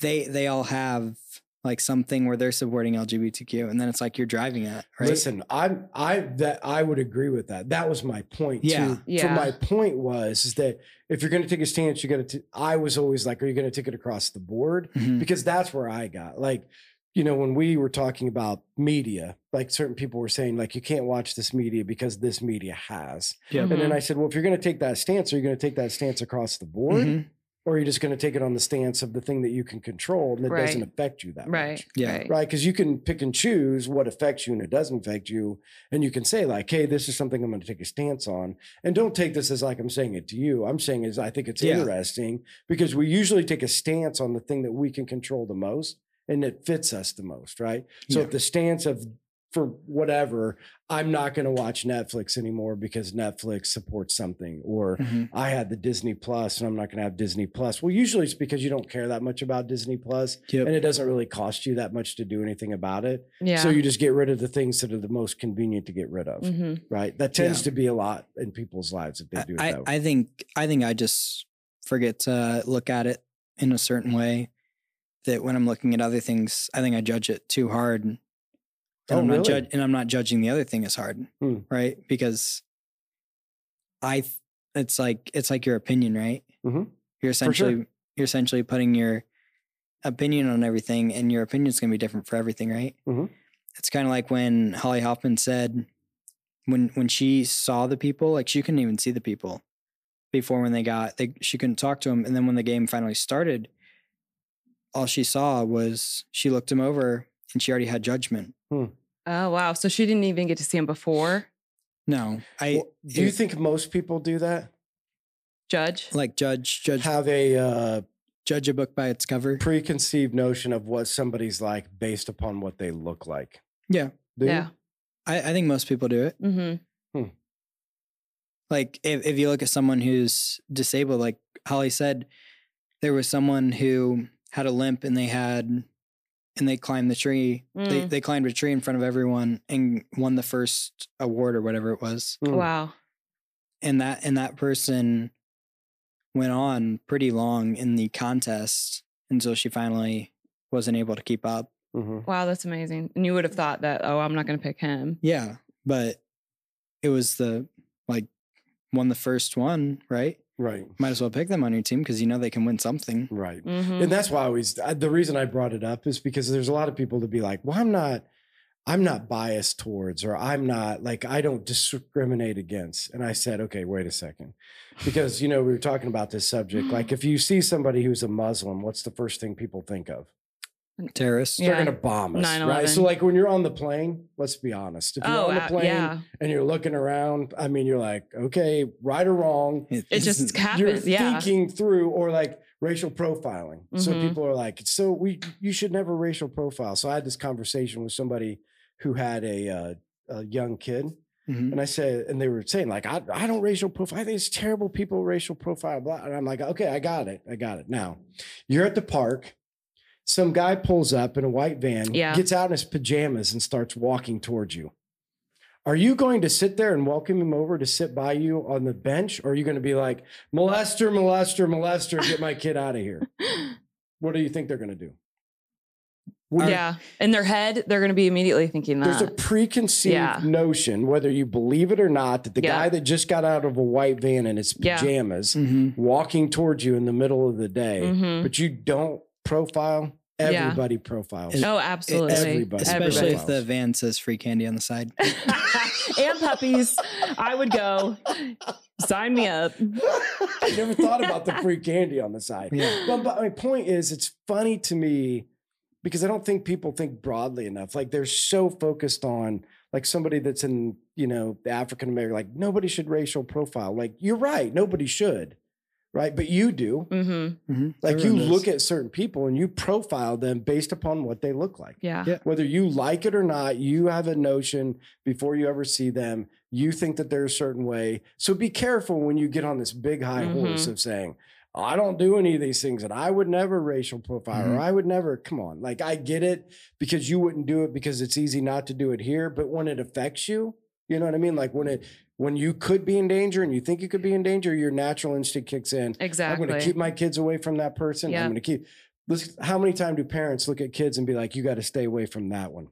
S3: they they all have like something where they're supporting LGBTQ, and then it's like you're driving it, right?
S2: listen i'm i that i would agree with that that was my point
S3: Yeah.
S2: too so
S1: Yeah.
S2: my point was is that if you're going to take a stance you got to i was always like are you going to take it across the board
S3: Mhm.
S2: because that's where I got like, you know, when we were talking about media, like certain people were saying, like, you can't watch this media because this media has.
S3: Yeah.
S2: And then
S1: Mhm.
S2: I said, well, if you're going to take that stance, are you going to take that stance across the board?
S3: Mhm.
S2: or you're just going to take it on the stance of the thing that you can control and it
S1: Right.
S2: doesn't affect you that
S1: Right.
S2: much.
S3: Yeah.
S1: Right.
S2: Right. Because you can pick and choose what affects you and it doesn't affect you. And you can say, like, hey, this is something I'm going to take a stance on. And don't take this as like I'm saying it to you. I'm saying is I think it's
S3: Yeah.
S2: interesting because we usually take a stance on the thing that we can control the most and it fits us the most. Right. So
S3: Yeah.
S2: if the stance of for whatever, I'm not going to watch Netflix anymore because Netflix supports something or
S3: Mhm.
S2: I had the Disney Plus and I'm not going to have Disney Plus. Well, usually it's because you don't care that much about Disney Plus
S3: Yep.
S2: and it doesn't really cost you that much to do anything about it.
S1: Yeah.
S2: So you just get rid of the things that are the most convenient to get rid of,
S1: hmm
S2: right? That tends to be a lot in people's lives if they
S3: I,
S2: do it
S3: I,
S2: that way.
S3: I think I think I just forget to look at it in a certain way that when I'm looking at other things, I think I judge it too hard. And
S2: Oh,
S3: I'm not
S2: really?
S3: judge, and I'm not judging the other thing as hard,
S2: Hmm.
S3: right? Because I th- it's like it's like your opinion, right?
S2: Mhm.
S3: You're
S2: sure.
S3: essentially you're essentially putting your opinion on everything, and your opinion's gonna be different for everything, right?
S2: Mhm.
S3: It's kind of like when Holly Hoffman said when when she saw the people, like she couldn't even see the people before when they got they she couldn't talk to them, and then when the game finally started, all she saw was she looked him over and she already had judgment.
S1: Oh wow. So she didn't even get to see him before
S3: No, I
S2: Well, do you
S3: it-
S2: think most people do that?
S1: Judge.
S3: like judge judge
S2: Have a uh,
S3: judge a book by its cover.
S2: preconceived notion of what somebody's like based upon what they look like.
S3: Yeah.
S2: Do you?
S1: Yeah.
S3: I, I think most people do it.
S1: hmm
S3: Like if, if you look at someone who's disabled, like Holly said, there was someone who had a limp and they had and they climbed the tree. They
S1: Mm.
S3: they climbed a tree in front of everyone and won the first award or whatever it was.
S2: Mm.
S1: Wow.
S3: And that and that person went on pretty long in the contest until she finally wasn't able to keep up.
S2: Mhm.
S1: Wow. That's amazing. And you would have thought that. Oh, I'm not going to pick him.
S3: Yeah, but it was the like won the first one, right?
S2: Right.
S3: Might as well pick them on your team because you know they can win something.
S2: Right.
S1: Mhm.
S2: and that's why I always I, the reason I brought it up is because there's a lot of people to be like, well, I'm not, I'm not biased towards, or I'm not like I don't discriminate against. And I said, okay, wait a second, because you know we were talking about this subject.
S1: Mm-hmm.
S2: Like, if you see somebody who's a Muslim, what's the first thing people think of?
S3: Terrorists.
S1: Yeah.
S2: They're gonna bomb us, right?
S1: 9/11.
S2: So, like when you're on the plane, let's be honest, if you're
S1: oh
S2: on the
S1: uh,
S2: plane
S1: yeah.
S2: and you're looking around, I mean, you're like, okay, right or wrong,
S1: It just happens.
S2: you're
S1: Yeah.
S2: thinking through or like racial profiling. So
S1: Mhm.
S2: people are like, so we you should never racial profile. So I had this conversation with somebody who had a uh, a young kid,
S3: Mhm.
S2: and I said, and they were saying like, I, I don't racial profile. I think it's terrible people racial profile. Blah. And I'm like, okay, I got it, I got it. Now you're at the park. Some guy pulls up in a white van,
S1: Yeah.
S2: gets out in his pajamas and starts walking towards you. Are you going to sit there and welcome him over to sit by you on the bench? Or are you going to be like, molester, molester, molester, get my kid out of here? What do you think they're going to do? What do you-
S1: yeah. In their head, they're going to be immediately thinking
S2: There's a
S1: that.
S2: preconceived
S1: Yeah.
S2: notion, whether you believe it or not, that the
S1: Yeah.
S2: guy that just got out of a white van in his
S1: Yeah. Mm-hmm.
S2: pajamas
S3: Mhm.
S2: walking towards you in the middle of the day,
S1: Mhm.
S2: but you don't profile.
S1: Yeah.
S2: Everybody profiles.
S3: And-
S1: Oh, absolutely.
S2: e-, everybody.
S3: Especially if
S2: Everybody.
S3: the van says free candy on the side.
S1: and puppies. I would go. Sign me up.
S2: I never thought about the free candy on the side.
S3: Yeah.
S2: But, but my point is, it's funny to me because I don't think people think broadly enough. Like they're so focused on like somebody that's in, you know, the African American, like nobody should racial profile. Like you're right, nobody should. Right. But you do.
S1: Mm-hmm.
S3: Mhm.
S2: Like
S3: Everyone
S2: you
S3: does.
S2: look at certain people and you profile them based upon what they look like.
S1: Yeah.
S3: Yeah.
S2: Whether you like it or not, you have a notion before you ever see them. You think that they're a certain way. So be careful when you get on this big high horse of saying, I don't do any of these things and I would never racial profile or
S3: Mhm.
S2: I would never. Come on. Like I get it because you wouldn't do it because it's easy not to do it here. But when it affects you, you know what I mean? Like when it, when you could be in danger and you think you could be in danger, your natural instinct kicks in.
S1: Exactly.
S2: I'm going to keep my kids away from that person.
S1: Yeah.
S2: I'm going to keep. Listen, how many times do parents look at kids and be like, "You got to stay away from that one"?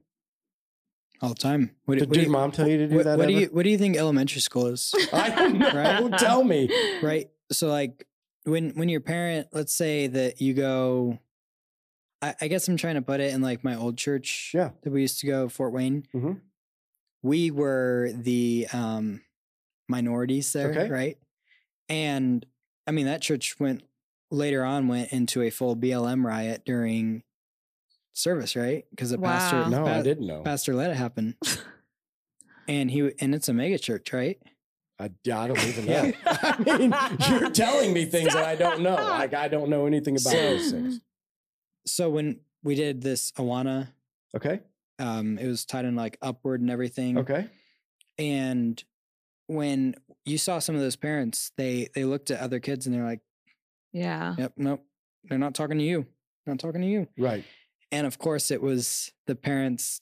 S3: all the time. What, do-
S2: Did,
S3: what do
S2: did
S3: you-
S2: mom tell you to do
S3: what-
S2: that?
S3: what do
S2: ever?
S3: you what do you think elementary school is?
S2: I don't know.
S3: Right?
S2: Tell me.
S3: right so like when when your parent let's say that you go I, I guess i'm trying to put it in like my old church
S2: Yeah.
S3: that we used to go fort wayne
S2: Mhm.
S3: we were the um minorities there
S2: Okay.
S3: right and i mean that church went later on went into a full BLM riot during service, right? Because the pastor
S1: Wow.
S2: No, I
S3: pa-
S2: didn't know.
S3: pastor let it happen. and he and it's a mega church, right?
S2: I, yeah, I don't even know. I mean, you're telling me things that I don't know. Like I don't know anything about those things.
S3: So when we did this Awana,
S2: Okay.
S3: um, it was tied in like upward and everything.
S1: Mm.
S2: Okay.
S3: And when you saw some of those parents, they they looked at other kids and they're like,
S1: Yeah.
S3: Yep, nope, they're not talking to you. Not talking to you.
S2: Right.
S3: And of course it was the parents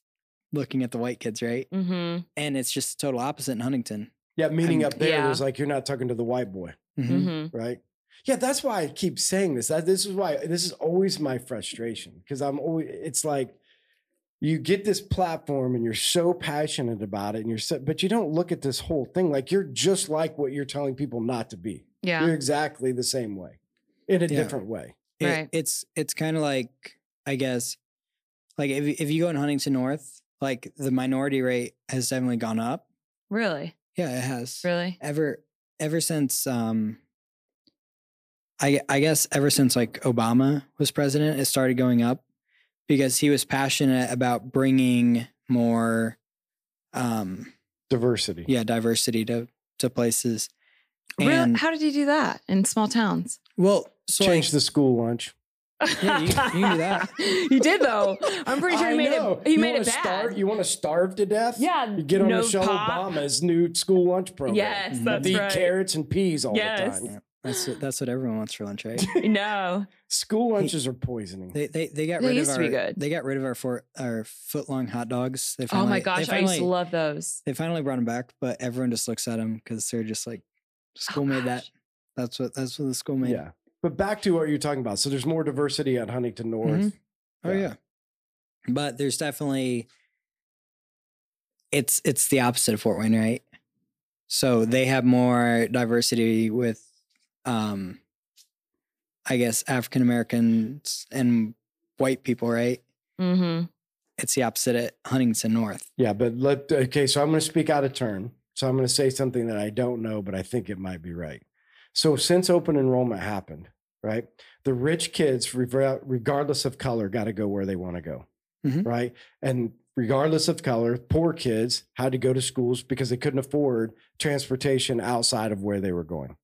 S3: looking at the white kids, right?
S1: Mm-hmm.
S3: And it's just total opposite in Huntington.
S2: Yeah. Meaning
S3: And-
S2: up there,
S1: Yeah.
S2: there's like you're not talking to the white boy,
S3: Mhm.
S1: Mm-hmm.
S2: right? Yeah, that's why I keep saying this. I, this is why this is always my frustration because I'm always. It's like you get this platform and you're so passionate about it, and you're so, but you don't look at this whole thing like you're just like what you're telling people not to be.
S1: Yeah.
S2: You're exactly the same way, in a
S3: Yeah.
S2: different way.
S3: it-
S1: Right.
S3: it's it's kind of like I guess like if you- if you go in Huntington North, like the minority rate has definitely gone up.
S1: Really.
S3: Yeah, it has.
S1: Really.
S3: Ever ever since um I I guess ever since like Obama was president, it started going up because he was passionate about bringing more um
S2: Diversity.
S3: yeah, diversity to to places.
S1: Real,
S3: And-
S1: how did you do that in small towns?
S3: Well, so like,
S2: Change the school lunch.
S3: Yeah, you- you can do that.
S1: he did though. I'm pretty sure
S2: I
S1: he made
S2: know.
S1: it. He
S2: you
S1: made
S2: wanna
S1: it bad.
S2: Starve, you want to starve to death?
S1: yeah.
S2: You get on
S1: no
S2: Michelle
S1: pop.
S2: Obama's new school lunch program.
S1: Yes,
S3: Mhm.
S1: that's
S2: They eat
S1: right.
S2: carrots and peas all
S1: Yes.
S2: the time.
S3: that's what, that's what everyone wants for lunch, right?
S1: No.
S2: School lunches are poisoning.
S3: They they they got
S1: They
S3: rid
S1: used
S3: of
S1: to be
S3: our
S1: good.
S3: they got rid of our four our foot long hot dogs. They
S1: Oh
S3: finally,
S1: my
S3: they
S1: gosh, I
S3: finally,
S1: used to love those.
S3: They finally brought them back, but everyone just looks at them because they're just like, school made that.
S1: gosh.
S3: That's what that's what the school made.
S2: Oh, yeah. But back to what you're talking about. So there's more diversity at Huntington North.
S3: Mhm. Oh
S2: Yeah.
S3: yeah. But there's definitely it's it's the opposite of Fort Wayne, right? So they have more diversity with um I guess African Americans and white people, right?
S1: Mm-hmm.
S3: It's the opposite at Huntington North.
S2: Yeah, but let okay, so I'm going to speak out of turn. So I'm going to say something that I don't know, but I think it might be right. So since open enrollment happened, right? The rich kids, rever- regardless of color, got to go where they want to go,
S3: Mhm.
S2: right? And regardless of color, poor kids had to go to schools because they couldn't afford transportation outside of where they were going.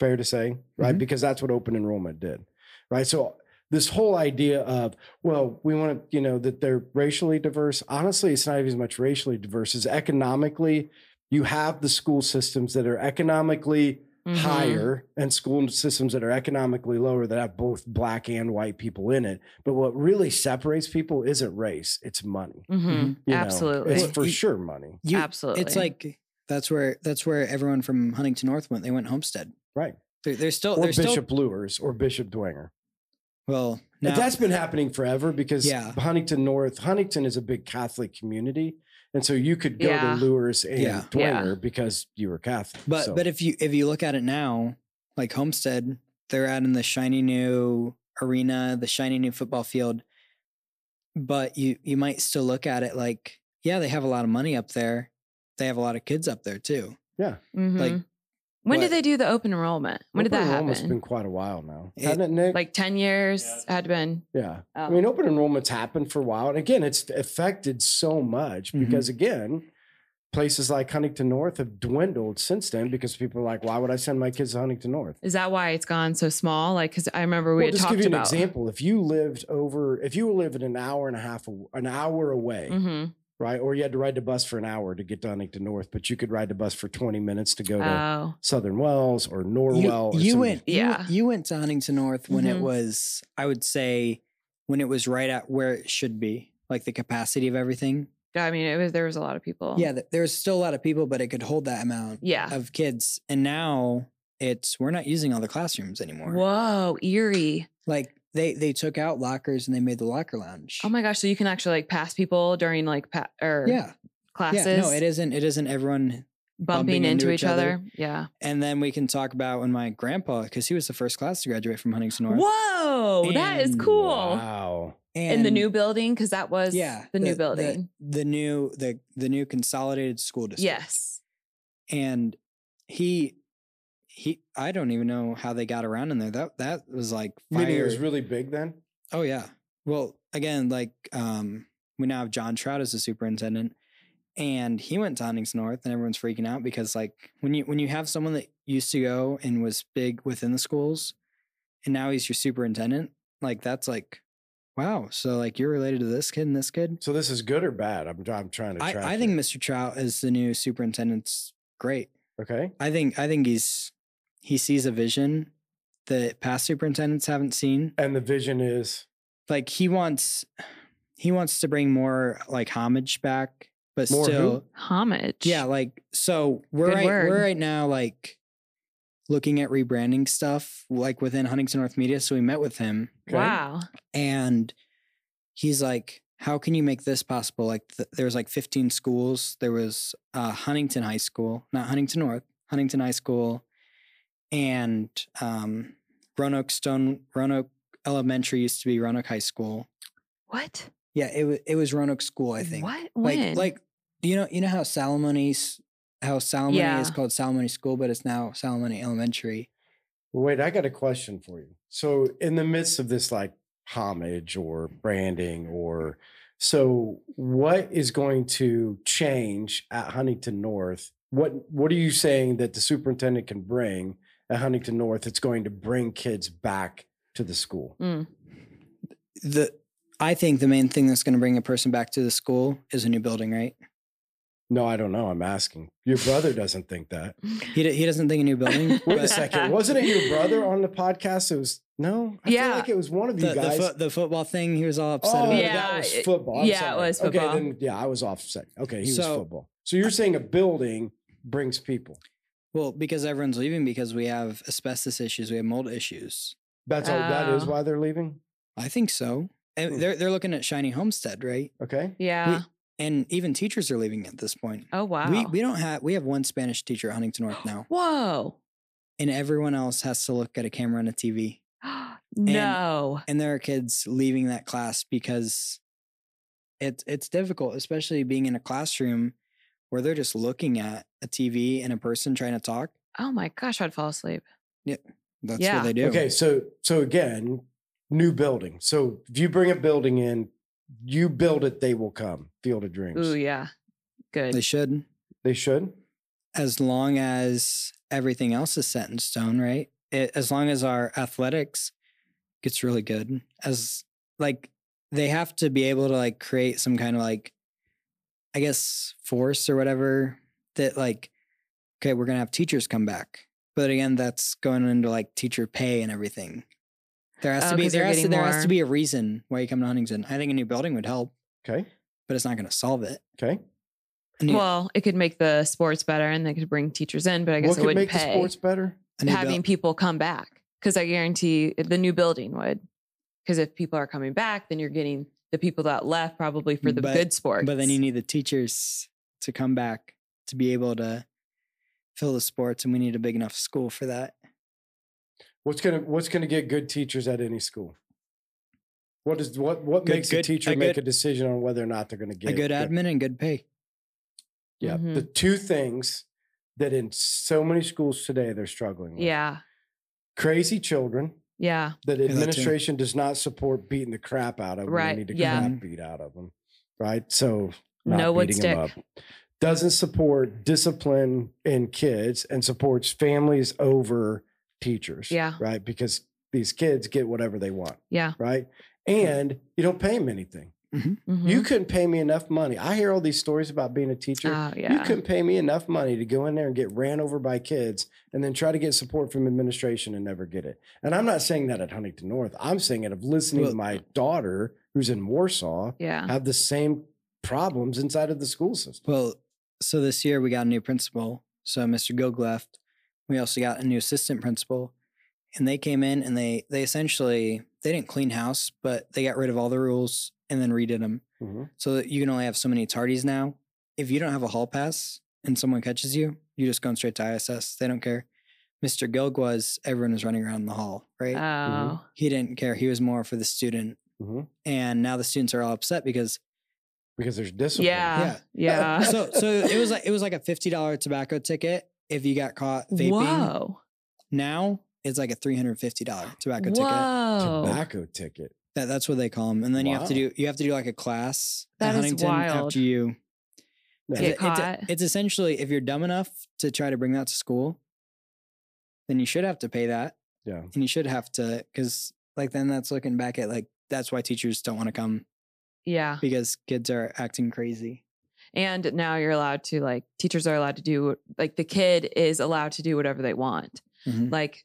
S2: Fair to say, right?
S3: Mhm.
S2: Because that's what open enrollment did, right? So this whole idea of well, we want to, you know, that they're racially diverse. Honestly, it's not even as much racially diverse as economically. You have the school systems that are economically
S1: Mm-hmm.
S2: higher and school systems that are economically lower that have both black and white people in it. But what really separates people isn't race, it's money.
S1: Mm-hmm.
S2: you know.
S1: Absolutely.
S2: It's for
S3: You-
S2: sure money.
S3: You-
S1: Absolutely.
S3: It's like that's where that's where everyone from Huntington North went. They went homestead.
S2: Right.
S3: They're, they're still
S2: Or
S3: they're still
S2: Bishop Lewers or Bishop Dwenger.
S3: well now,
S2: And that's been happening forever because
S3: Yeah.
S2: Huntington North, Huntington is a big Catholic community. And so you could go
S1: Yeah.
S2: to Lewis and
S3: Yeah.
S1: Yeah.
S2: Dwenger because you were Catholic.
S3: But
S2: So-
S3: but if you if you look at it now, like Homestead, they're adding the shiny new arena, the shiny new football field. But you you might still look at it like, yeah, they have a lot of money up there. They have a lot of kids up there too.
S1: Mhm.
S3: like,
S1: when
S3: what-
S1: did they do the open enrollment? When did
S2: Open
S1: that
S2: enrollment's
S1: happen?
S2: been quite a while now.
S3: It-
S2: hasn't it, Nick?
S1: Like ten years had been.
S2: yeah. I
S1: Oh.
S2: mean, open enrollment's happened for a while. And again, it's affected so much
S3: Mhm.
S2: because, again, places like Huntington North have dwindled since then because people are like, why would I send my kids to Huntington North?
S1: Is that why it's gone so small? Like, because I remember we
S2: well,
S1: had
S2: just
S1: talked
S2: give you an
S1: about.
S2: example. If you lived over, if you lived an hour and a half, aw- an hour away,
S1: Mm-hmm.
S2: right? Or you had to ride the bus for an hour to get to Huntington North, but you could ride the bus for 20 minutes to go to
S1: Oh,
S2: Southern Wells or
S3: you,
S2: Norwell. or
S3: you
S2: some-
S3: went you went-
S1: Yeah.
S3: you, went to Huntington North when it
S1: Mhm.
S3: was I would say when it was right at where it should be, like the capacity of everything.
S1: yeah. I mean, it was there was a lot of people.
S3: Yeah, th- there was still a lot of people, but it could hold that amount
S1: Yeah.
S3: of kids. And now it's we're not using all the classrooms anymore.
S1: Whoa, eerie.
S3: Like they they took out lockers and they made the locker lounge.
S1: Oh my gosh! So you can actually like pass people during like pa- or
S3: yeah,
S1: classes,
S3: yeah. No, it isn't. It isn't everyone.
S1: bumping, into, each other. Yeah.
S3: And then we can talk about when my grandpa, because he was the first class to graduate from Huntington North.
S1: Whoa, that is
S3: And-
S1: cool.
S2: Wow.
S1: In the
S3: And
S1: new building, because that was
S3: yeah,
S1: the new building.
S3: the, new the the new consolidated school district.
S1: yes.
S3: and he he I don't even know how they got around in there. That that was like fire.
S2: Meaning it was really big then.
S3: Oh yeah. Well, again, like um, we now have John Trout as the superintendent, and he went to Huntington North, and everyone's freaking out because like when you when you have someone that used to go and was big within the schools, and now he's your superintendent, like that's like, wow. So like you're related to this kid and this kid.
S2: So this is good or bad? I'm I'm trying to.
S3: I,
S2: Track
S3: I think
S2: it.
S3: Mr. Trout as the new superintendent's great.
S2: Okay.
S3: I think I think he's he sees a vision that past superintendents haven't seen
S2: And the vision is
S3: like he wants he wants to bring more like homage back, but
S2: More who?
S3: still
S1: Homage.
S3: yeah, like so we're
S1: Good
S3: right,
S1: word.
S3: we're right now like looking at rebranding stuff like within Huntington North Media. So we met with him
S2: okay.
S1: Wow.
S3: and he's like, "How can you make this possible?" Like th- there was like 15 schools. There was uh, Huntington High School, not Huntington North, Huntington High School, and um, Roanoke Stone Roanoke Elementary used to be Roanoke High School.
S1: What?
S3: Yeah, it wa it was Roanoke School, I think.
S1: What?
S3: Like
S1: When?
S3: like you know you know how Salamony's how Salamony is
S1: Yeah.
S3: called Salamony School, but it's now Salamony Elementary.
S2: Wait, I got a question for you. So, in the midst of this, like homage or branding, or so, what is going to change at Huntington North? What What are you saying that the superintendent can bring at Huntington North? It's going to bring kids back to the school.
S1: Mm.
S3: The I think the main thing that's going to bring a person back to the school is a new building, right?
S2: No, I don't know. I'm asking. Your brother doesn't think that.
S3: He, d- he doesn't think a new building.
S2: Wait
S3: but
S2: a second. Wasn't it your brother on the podcast? It was no. I feel
S1: Yeah.
S2: like it was one of you
S3: the, the,
S2: guys.
S3: fo- the football thing, he was all upset
S2: Oh,
S3: about.
S1: Yeah.
S2: that was
S1: it-
S2: football. I'm
S1: yeah, it
S2: sorry.
S1: was
S2: Okay,
S1: football.
S2: then yeah, I was offset. Okay, he
S3: So-
S2: was football. So you're saying a building brings people.
S3: Well, because everyone's leaving because we have asbestos issues, we have mold issues.
S2: That's all. That is
S1: Oh.
S2: why they're leaving.
S3: I think
S2: Hmm.
S3: so. And they're they're looking at shiny homestead, right?
S2: Okay.
S1: Yeah.
S3: And even teachers are leaving at this point.
S1: oh wow.
S3: We we don't have we have one Spanish teacher at Huntington North now,
S1: Whoa.
S3: and everyone else has to look at a camera and a TV.
S1: no.
S3: And there are kids leaving that class because it's it's difficult, especially being in a classroom where they're just looking at a TV and a person trying to talk.
S1: oh my gosh, I'd fall asleep.
S3: That's
S1: Yeah.
S3: what they do.
S2: Okay. So so again, new building. So if you bring a building in, you build it, they will come. Field of Dreams.
S1: Ooh yeah.
S3: They
S1: Good.
S3: should.
S2: They should.
S3: as long as everything else is set in stone, right? It, as long as our athletics gets really good, as like they have to be able to like create some kind of like, I guess force or whatever that like, okay, we're gonna have teachers come back, but again, that's going into like teacher pay and everything. There has
S1: Oh,
S3: to be
S1: 'cause they're
S3: there has to,
S1: getting
S3: there has
S1: more-
S3: to be a reason why you come to Huntington. I think a new building would help,
S2: Okay.
S3: but it's not going to solve it.
S2: Okay.
S3: A
S2: e
S3: new,
S1: Well, it could make the sports better, and they could bring teachers in, but I guess
S2: What
S1: it
S2: could
S1: wouldn't
S2: make the
S1: pay.
S2: sports better?
S3: a new buil-
S1: having people come back because I guarantee eh, the new building would. Because if people are coming back, then you're getting the people that left probably for the
S3: But-
S1: good sports.
S3: But then you need the teachers to come back to be able to fill the sports, and we need a big enough school for that.
S2: What's gonna What's gonna get good teachers at any school? What is what What
S3: Good-
S2: makes a
S3: good-
S2: teacher
S3: a
S2: make
S3: good-
S2: a decision on whether or not they're gonna get
S3: a good admin and good pay.
S2: Yeah. The
S1: Mm-hmm.
S2: two things that in so many schools today they're struggling with.
S1: yeah,
S2: Crazy children
S1: yeah,
S2: that
S3: too.
S2: administration does not support beating the crap out of when
S1: Right,
S2: They need to
S1: yeah.
S2: crap beat out of them. Right. So not
S1: No wood
S2: beating 'em
S1: stick.
S2: up. Doesn't support discipline in kids and supports families over teachers.
S1: Yeah.
S2: Right. Because these kids get whatever they want.
S1: yeah.
S2: Right.
S1: Mm-hmm.
S2: And you don't pay them anything. You
S1: mhm.
S2: couldn't pay me enough money. I hear all these stories about being a teacher.
S1: oh
S2: You
S1: yeah,
S2: couldn't pay me enough money to go in there and get ran over by kids and then try to get support from administration and never get it. And I'm not saying that at Huntington North. I'm saying it of listening
S3: Well-
S2: to my daughter who's in Warsaw
S1: yeah.
S2: have the same problems inside of the school system.
S3: Well, so this year we got a new principal. So Mr. Gilg left. We also got a new assistant principal, and they came in and they they essentially they didn't clean house, but they got rid of all the rules and then redid them.
S2: Mhm.
S3: so that you can only have so many tardies now. If you don't have a hall pass and someone catches you, you're just going straight to ISS. They don't care. Mr. Gilg was everyone was running around in the hall, right?
S1: Oh
S3: he didn't care. He was more for the student.
S2: Mhm.
S3: And now the students are all upset because
S2: Because there's discipline.
S1: yeah, yeah.
S3: so so it was like it was like a fifty dollar tobacco ticket if you got caught vaping.
S1: Whoa,
S3: Now it's like a three hundred fifty dollar tobacco ticket.
S1: Whoa.
S2: Tobacco ticket.
S3: That, that's what they call them. And then you have to
S2: Wow.
S3: do you have to do like a class
S1: That is
S3: at Huntington
S1: wild.
S3: after you.
S2: Yeah.
S1: Get
S3: It's- it's-
S1: caught.
S3: it's essentially if you're dumb enough to try to bring that to school, then you should have to pay that.
S2: Yeah.
S3: and you should have to because like then that's looking back at like that's why teachers don't want to come
S1: Yeah.
S3: because kids are acting crazy
S1: And now you're allowed to like teachers are allowed to do like the kid is allowed to do whatever they want.
S2: Mm-hmm.
S3: Mhm.
S1: Like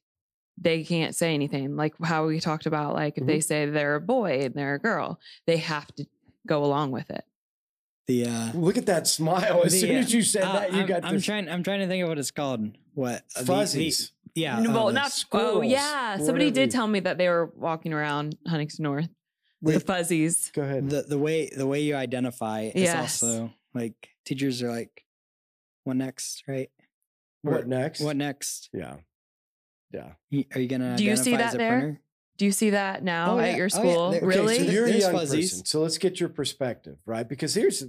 S1: they can't say anything. Like how we talked about like if
S3: Mm-hmm.
S1: they say they're a boy and they're a girl, they have to go along with it.
S3: the uh
S2: Look at that smile. As
S3: The,
S2: soon
S3: uh,
S2: as you said
S3: uh,
S2: that, you
S3: I'm,
S2: got
S3: I'm
S2: this
S3: trying i'm trying to think of what it's called what uh, the- the-
S2: fuzzies.
S3: yeah
S1: N-
S3: uh,
S1: well,
S3: the-
S1: not oh
S2: squirrels,
S1: yeah. Somebody
S2: whatever you-
S1: did tell me that they were walking around Huntington North. the
S2: Wait,
S1: fuzzies.
S2: go ahead.
S3: the the way the way you identify is
S1: Yes.
S3: also like teachers are like what next right
S2: what next?
S3: what next
S2: Yeah. Yeah.
S3: Y- are you gonna
S1: Do you
S3: identify
S1: see
S3: as
S1: that
S3: a
S1: there?
S3: printer?
S1: Do you see that now
S3: Oh, yeah.
S1: at your
S3: Oh, yeah.
S1: school?
S3: They- okay, so
S1: really?
S2: So you're a
S3: There's
S2: young
S3: fuzzies.
S2: person. So let's get your perspective, right? Because here's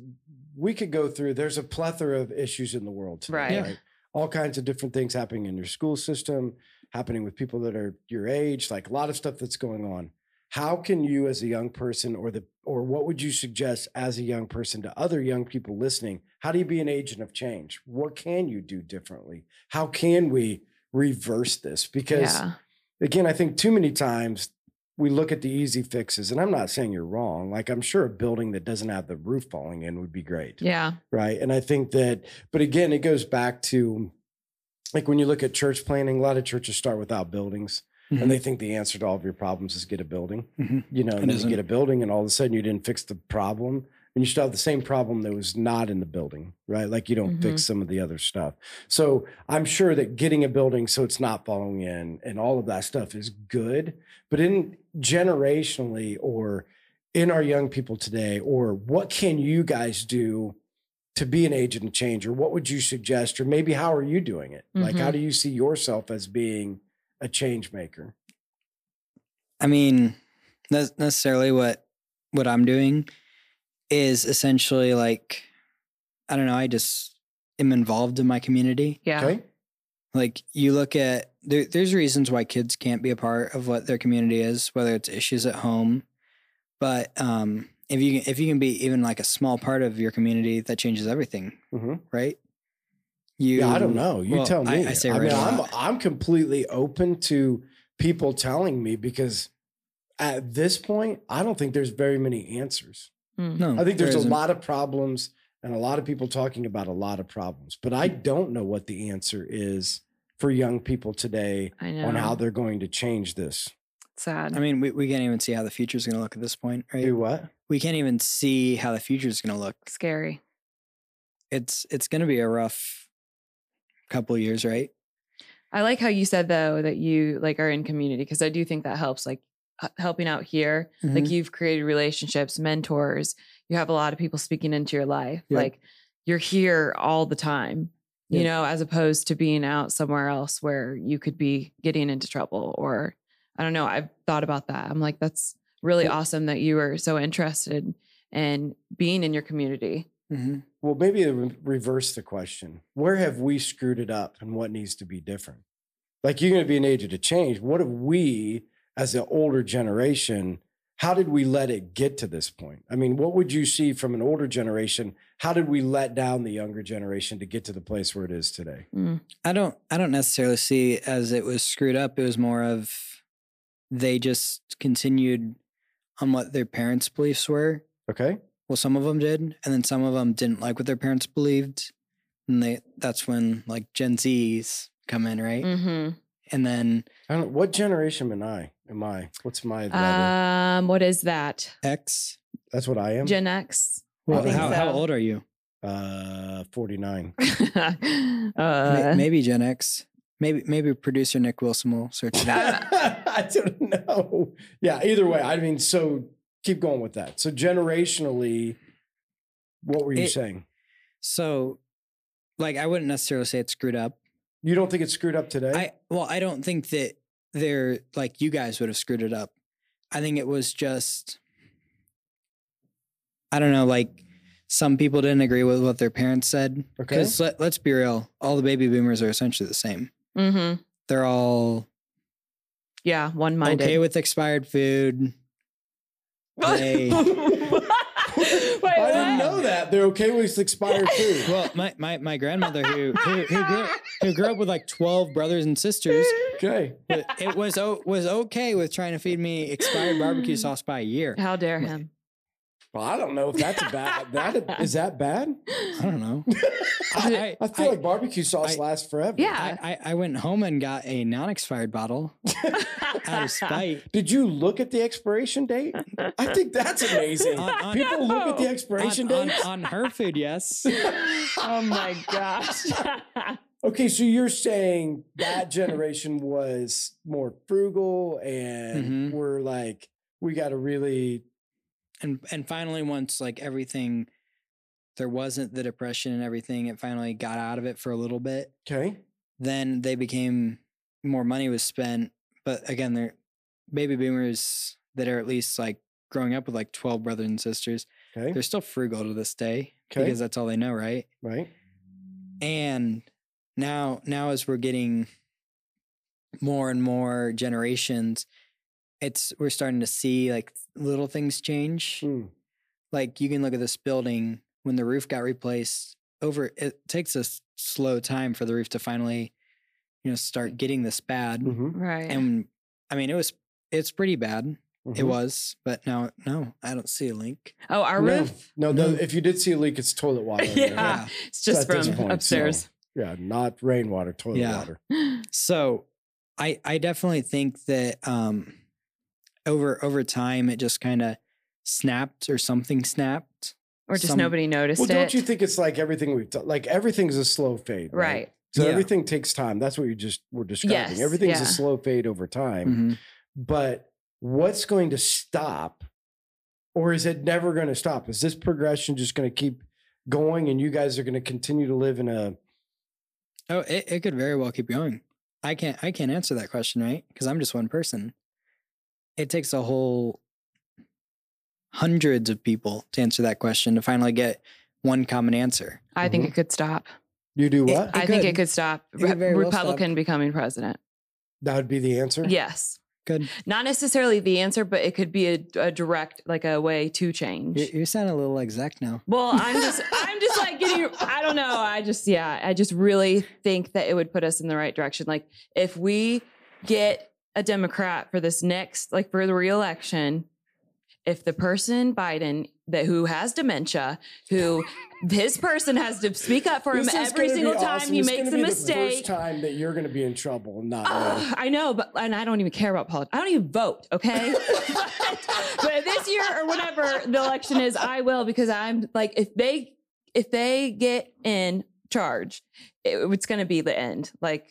S2: we could go through. There's a plethora of issues in the world, today,
S1: Right. Yeah.
S2: All kinds of different things happening in your school system, happening with people that are your age, like a lot of stuff that's going on. How can you, as a young person, or the or what would you suggest as a young person to other young people listening? How do you be an agent of change? What can you do differently? How can we reverse this? Because
S1: yeah.
S2: again, I think too many times we look at the easy fixes, and I'm not saying you're wrong. Like I'm sure a building that doesn't have the roof falling in would be great,
S1: Yeah.
S2: right? And I think that, but again, it goes back to like when you look at church planning, a lot of churches start without buildings, and they think the answer to all of your problems is get a building,
S3: Mhm.
S2: you know,
S3: It
S2: and then you
S3: isn't.
S2: get a building, and all of a sudden you didn't fix the problem. And you still have the same problem that was not in the building, right? Like you don't fix some of the other stuff. So I'm sure that getting a building so it's not falling in and all of that stuff is good. But in generationally or in our young people today, or what can you guys do to be an agent of change? Or what would you suggest? Or maybe how are you doing it? Like, how do you see yourself as being a change maker?
S3: I mean, that's necessarily what what I'm doing is essentially like I don't know, I just am involved in my community.
S1: Yeah.
S2: Okay.
S3: Like you look at there, there's reasons why kids can't be a part of what their community is, whether it's issues at home, but um if you can, if you can be even like a small part of your community, that changes everything,
S2: Mhm.
S3: right? You
S2: yeah, I don't know. You
S3: well,
S2: tell
S3: I-
S2: me.
S3: I say
S2: mean,
S3: right a
S2: I'm
S3: lot.
S2: I'm completely open to people telling me because at this point, I don't think there's very many answers.
S1: Mm.
S3: No,
S2: I think there's
S3: there
S2: a
S3: isn't.
S2: lot of problems and a lot of people talking about a lot of problems, but I don't know what the answer is for young people today
S1: I know.
S2: on how they're going to change this.
S1: Sad.
S3: I mean, we, we can't even see how the future is going to look at this point, right?
S2: Do what?
S3: We can't even see how the future is going to look.
S1: Scary.
S3: it's it's going to be a rough couple years, right?
S1: I like how you said though that you like are in community because I do think that helps. Like h- helping out here, like
S2: Mm-hmm.
S1: you've created relationships, mentors. You have a lot of people speaking into your life.
S2: Yeah.
S1: Like you're here all the time. You
S2: Yeah.
S1: know, as opposed to being out somewhere else where you could be getting into trouble or I don't know. I've thought about that. I'm like, that's really awesome that you are so interested in being in your community.
S3: Mhm.
S2: Well, maybe re- reverse the question. Where have we screwed it up and what needs to be different? Like you're going to be an agent of change. What have we, as an older generation, how did we let it get to this point? I mean, what would you see from an older generation? How did we let down the younger generation to get to the place where it is today?
S1: Mm.
S3: I don't I don't necessarily see it as it was screwed up. It was more of they just continued on what their parents' beliefs were.
S2: Okay.
S3: Well, some of them did, and then some of them didn't like what their parents believed, and they that's when like Gen Z's come in, right?
S1: hmm
S3: And then
S2: I don't, what generation am I? Am I? What's my level?
S1: Um, what is that?
S3: X.
S2: That's what I am.
S1: Gen X.
S2: I
S3: Well,
S2: think
S3: how, how
S1: so.
S3: old are you?
S2: uh, 49.
S3: May-
S1: uh,
S3: maybe Gen X. Maybe maybe producer Nick Wilson will search it out.
S2: I don't know. Yeah, either way, I mean, so keep going with that. So generationally, what were you
S3: It-
S2: saying?
S3: so, like, I wouldn't necessarily say it's screwed up.
S2: You don't think it's screwed up today?
S3: I well, I don't think that they're like you guys would have screwed it up. I think it was just I don't know, like some people didn't agree with what their parents said.
S2: okay.
S3: Because let, let's be real, all the baby boomers are essentially the same.
S1: mhm.
S3: they're all
S1: Yeah, one minded.
S3: okay with expired food. they-
S1: Wait,
S2: I
S1: what?
S2: didn't know that. They're okay with expired food.
S3: Well, my, my, my grandmother who who, who, grew, who grew up with like twelve brothers and sisters,
S2: Okay.
S3: but it was o- was okay with trying to feed me expired barbecue sauce by a year.
S1: How dare him?
S2: Well, I don't know if that's a bad. That is that bad?
S3: I don't know. I,
S2: I feel like barbecue sauce
S3: I-
S2: lasts forever.
S1: Yeah.
S3: I, I, I went home and got a non-expired bottle out of spite.
S2: Did you look at the expiration date? I think that's amazing.
S3: On- on-
S2: People look at the
S1: No.
S2: expiration
S3: on, on,
S2: date.
S3: on her food, yes.
S1: oh my gosh.
S2: Okay, so you're saying that generation was more frugal and
S3: Mhm.
S2: we're like, we got to really.
S3: And and finally, once like everything, there wasn't the depression and everything. It finally got out of it for a little bit.
S2: Okay.
S3: Then they became more money was spent, but again, they're baby boomers that are at least like growing up with like twelve brothers and sisters.
S2: Okay.
S3: They're still frugal to this day
S2: Okay.
S3: because that's all they know, right?
S2: Right.
S3: and now now as we're getting more and more generations it's we're starting to see like little things change
S2: Mm.
S3: like you can look at this building when the roof got replaced over it takes a s- slow time for the roof to finally you know start getting this bad
S2: Mhm,
S1: right.
S3: and i mean it was it's pretty bad it
S2: mhm.
S3: was but now no i don't see a link
S1: oh, our
S2: No.
S1: roof?
S2: No, no,
S3: No.
S2: if you did see a leak, it's toilet water. in there.
S1: Yeah. It's
S2: So
S1: just
S2: at this
S1: from
S2: point, so-
S1: upstairs.
S2: Yeah, not rainwater, toilet
S3: Yeah.
S2: water.
S3: So I I definitely think that um over over time it just kind of snapped or something snapped.
S1: Or just
S3: Some-
S1: nobody noticed
S2: Well, don't
S1: it.
S2: you think it's like everything we've done? Like everything's a slow fade, right?
S1: right.
S2: So
S3: Yeah.
S2: everything takes time. That's what you just were describing.
S1: Yes,
S2: everything's
S1: yeah.
S2: a slow fade over time.
S3: Mhm.
S2: But what's going to stop, or is it never going to stop? Is this progression just going to keep going, and you guys are going to continue to live in a?
S3: Oh, it, it could very well keep going. I can't I can't answer that question, right? Because I'm just one person. It takes a whole hundreds of people to answer that question to finally get one common answer.
S1: I think
S2: Mhm.
S1: it could stop.
S2: You do
S3: It-
S2: what?
S1: I think it
S3: could.
S1: could stop.
S3: Mm-hmm. It could
S1: Re-
S3: very well stop.
S1: Republican becoming president.
S2: that would be the answer.
S1: Yes.
S3: Good.
S1: Not necessarily the answer, but it could be a, a direct, like a way to change.
S3: You, you sound a little like Zach now.
S1: Well, I'm just I'm just like getting I don't know. I just yeah, I just really think that it would put us in the right direction. Like if we get a Democrat for this next like for the reelection, if the person Biden that who has dementia, who his person has to speak up for him
S2: This is
S1: every
S2: gonna be
S1: single time
S2: awesome.
S1: he
S2: It's gonna
S1: makes a
S2: be The first
S1: mistake. Ah.
S2: time that you're going to be in trouble, and not. know.
S1: Ugh, Uh, I know, but and I don't even care about politics. I don't even vote, okay? but, but this year or whatever the election is, I will because I'm like if they if they get in charge, it- it's going to be the end. Like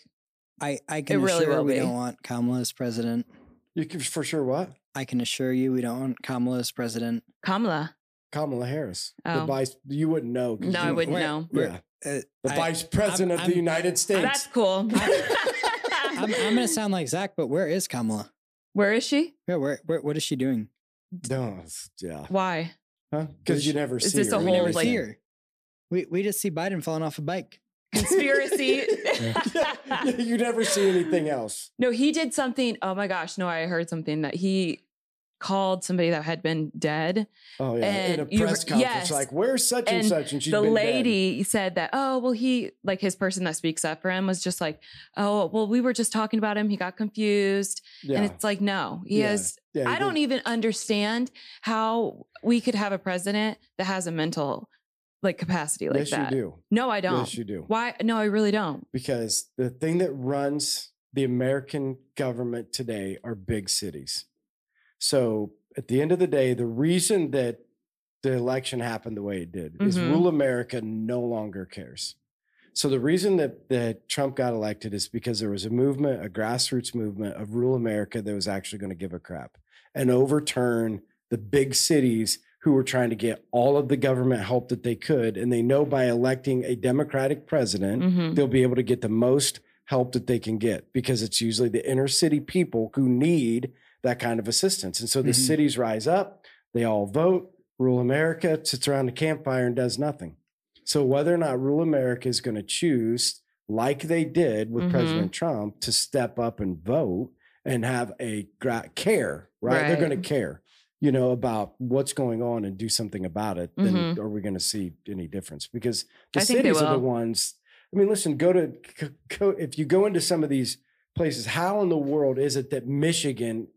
S3: I I can
S1: really
S3: assure
S1: will
S3: we
S1: be.
S3: don't want Kamala as president.
S2: You can for sure what
S3: I can assure you we don't want Kamala as president.
S1: Kamala.
S2: Kamala Harris, the
S1: Oh.
S2: vice. You wouldn't know. 'cause
S1: No,
S2: you-
S1: I wouldn't
S3: wait,
S1: know.
S3: wait,
S2: Yeah.
S3: uh,
S2: The
S3: I-
S2: vice president of the
S3: I'm-
S2: United States.
S1: That's cool.
S3: I'm, I'm gonna sound like Zach, but where is Kamala?
S1: Where is she?
S3: Yeah, where, where what is she doing?
S2: No, it's- yeah.
S1: Why?
S2: Because you never
S1: Is
S2: see
S1: this
S2: her.
S1: a
S2: You
S3: We
S1: whole,
S2: never
S3: never
S2: see
S1: like-
S3: see
S2: her.
S3: her. We we just see Biden falling off a bike.
S1: Conspiracy.
S2: Yeah, you never see anything else.
S1: No, he did something. Oh my gosh, no, I heard something that he called somebody that had been dead
S2: Oh yeah, in a
S1: And you heard-
S2: press conference,
S1: yes.
S2: like where's such and,
S1: And
S2: such, and she's
S1: the
S2: been dead.
S1: lady said that, oh, well, he, like his person that speaks up for him was just like, oh, well, we were just talking about him. He got confused.
S2: Yeah,
S1: And it's like, no, he
S2: Yeah.
S1: has,
S2: yeah,
S1: I
S2: you
S1: don't
S2: did.
S1: even understand how we could have a president that has a mental like capacity like
S2: yes,
S1: that.
S2: you do.
S1: No, I don't.
S2: Yes, you do.
S1: Why? No, I really don't.
S2: Because the thing that runs the American government today are big cities. So at the end of the day, the reason that the election happened the way it did is
S1: Mhm.
S2: rule America no longer cares. So the reason that, that Trump got elected is because there was a movement, a grassroots movement of rural America that was actually going to give a crap and overturn the big cities who were trying to get all of the government help that they could. And they know by electing a Democratic president,
S1: Mhm.
S2: they'll be able to get the most help that they can get because it's usually the inner city people who need that kind of assistance. And so the
S3: Mhm.
S2: cities rise up, they all vote. Rural America sits around a campfire and does nothing. So whether or not rural America is going to choose like they did with
S1: Mhm.
S2: President Trump, to step up and vote and have a gra- care, right? They're
S1: Right.
S2: going to care, you know, about what's going on and do something about it. Then are we going to see any difference? Because the
S1: I think they
S2: cities are the
S1: will.
S2: ones. I mean, listen, go to c- go, if you go into some of these places. How in the world is it that Michigan,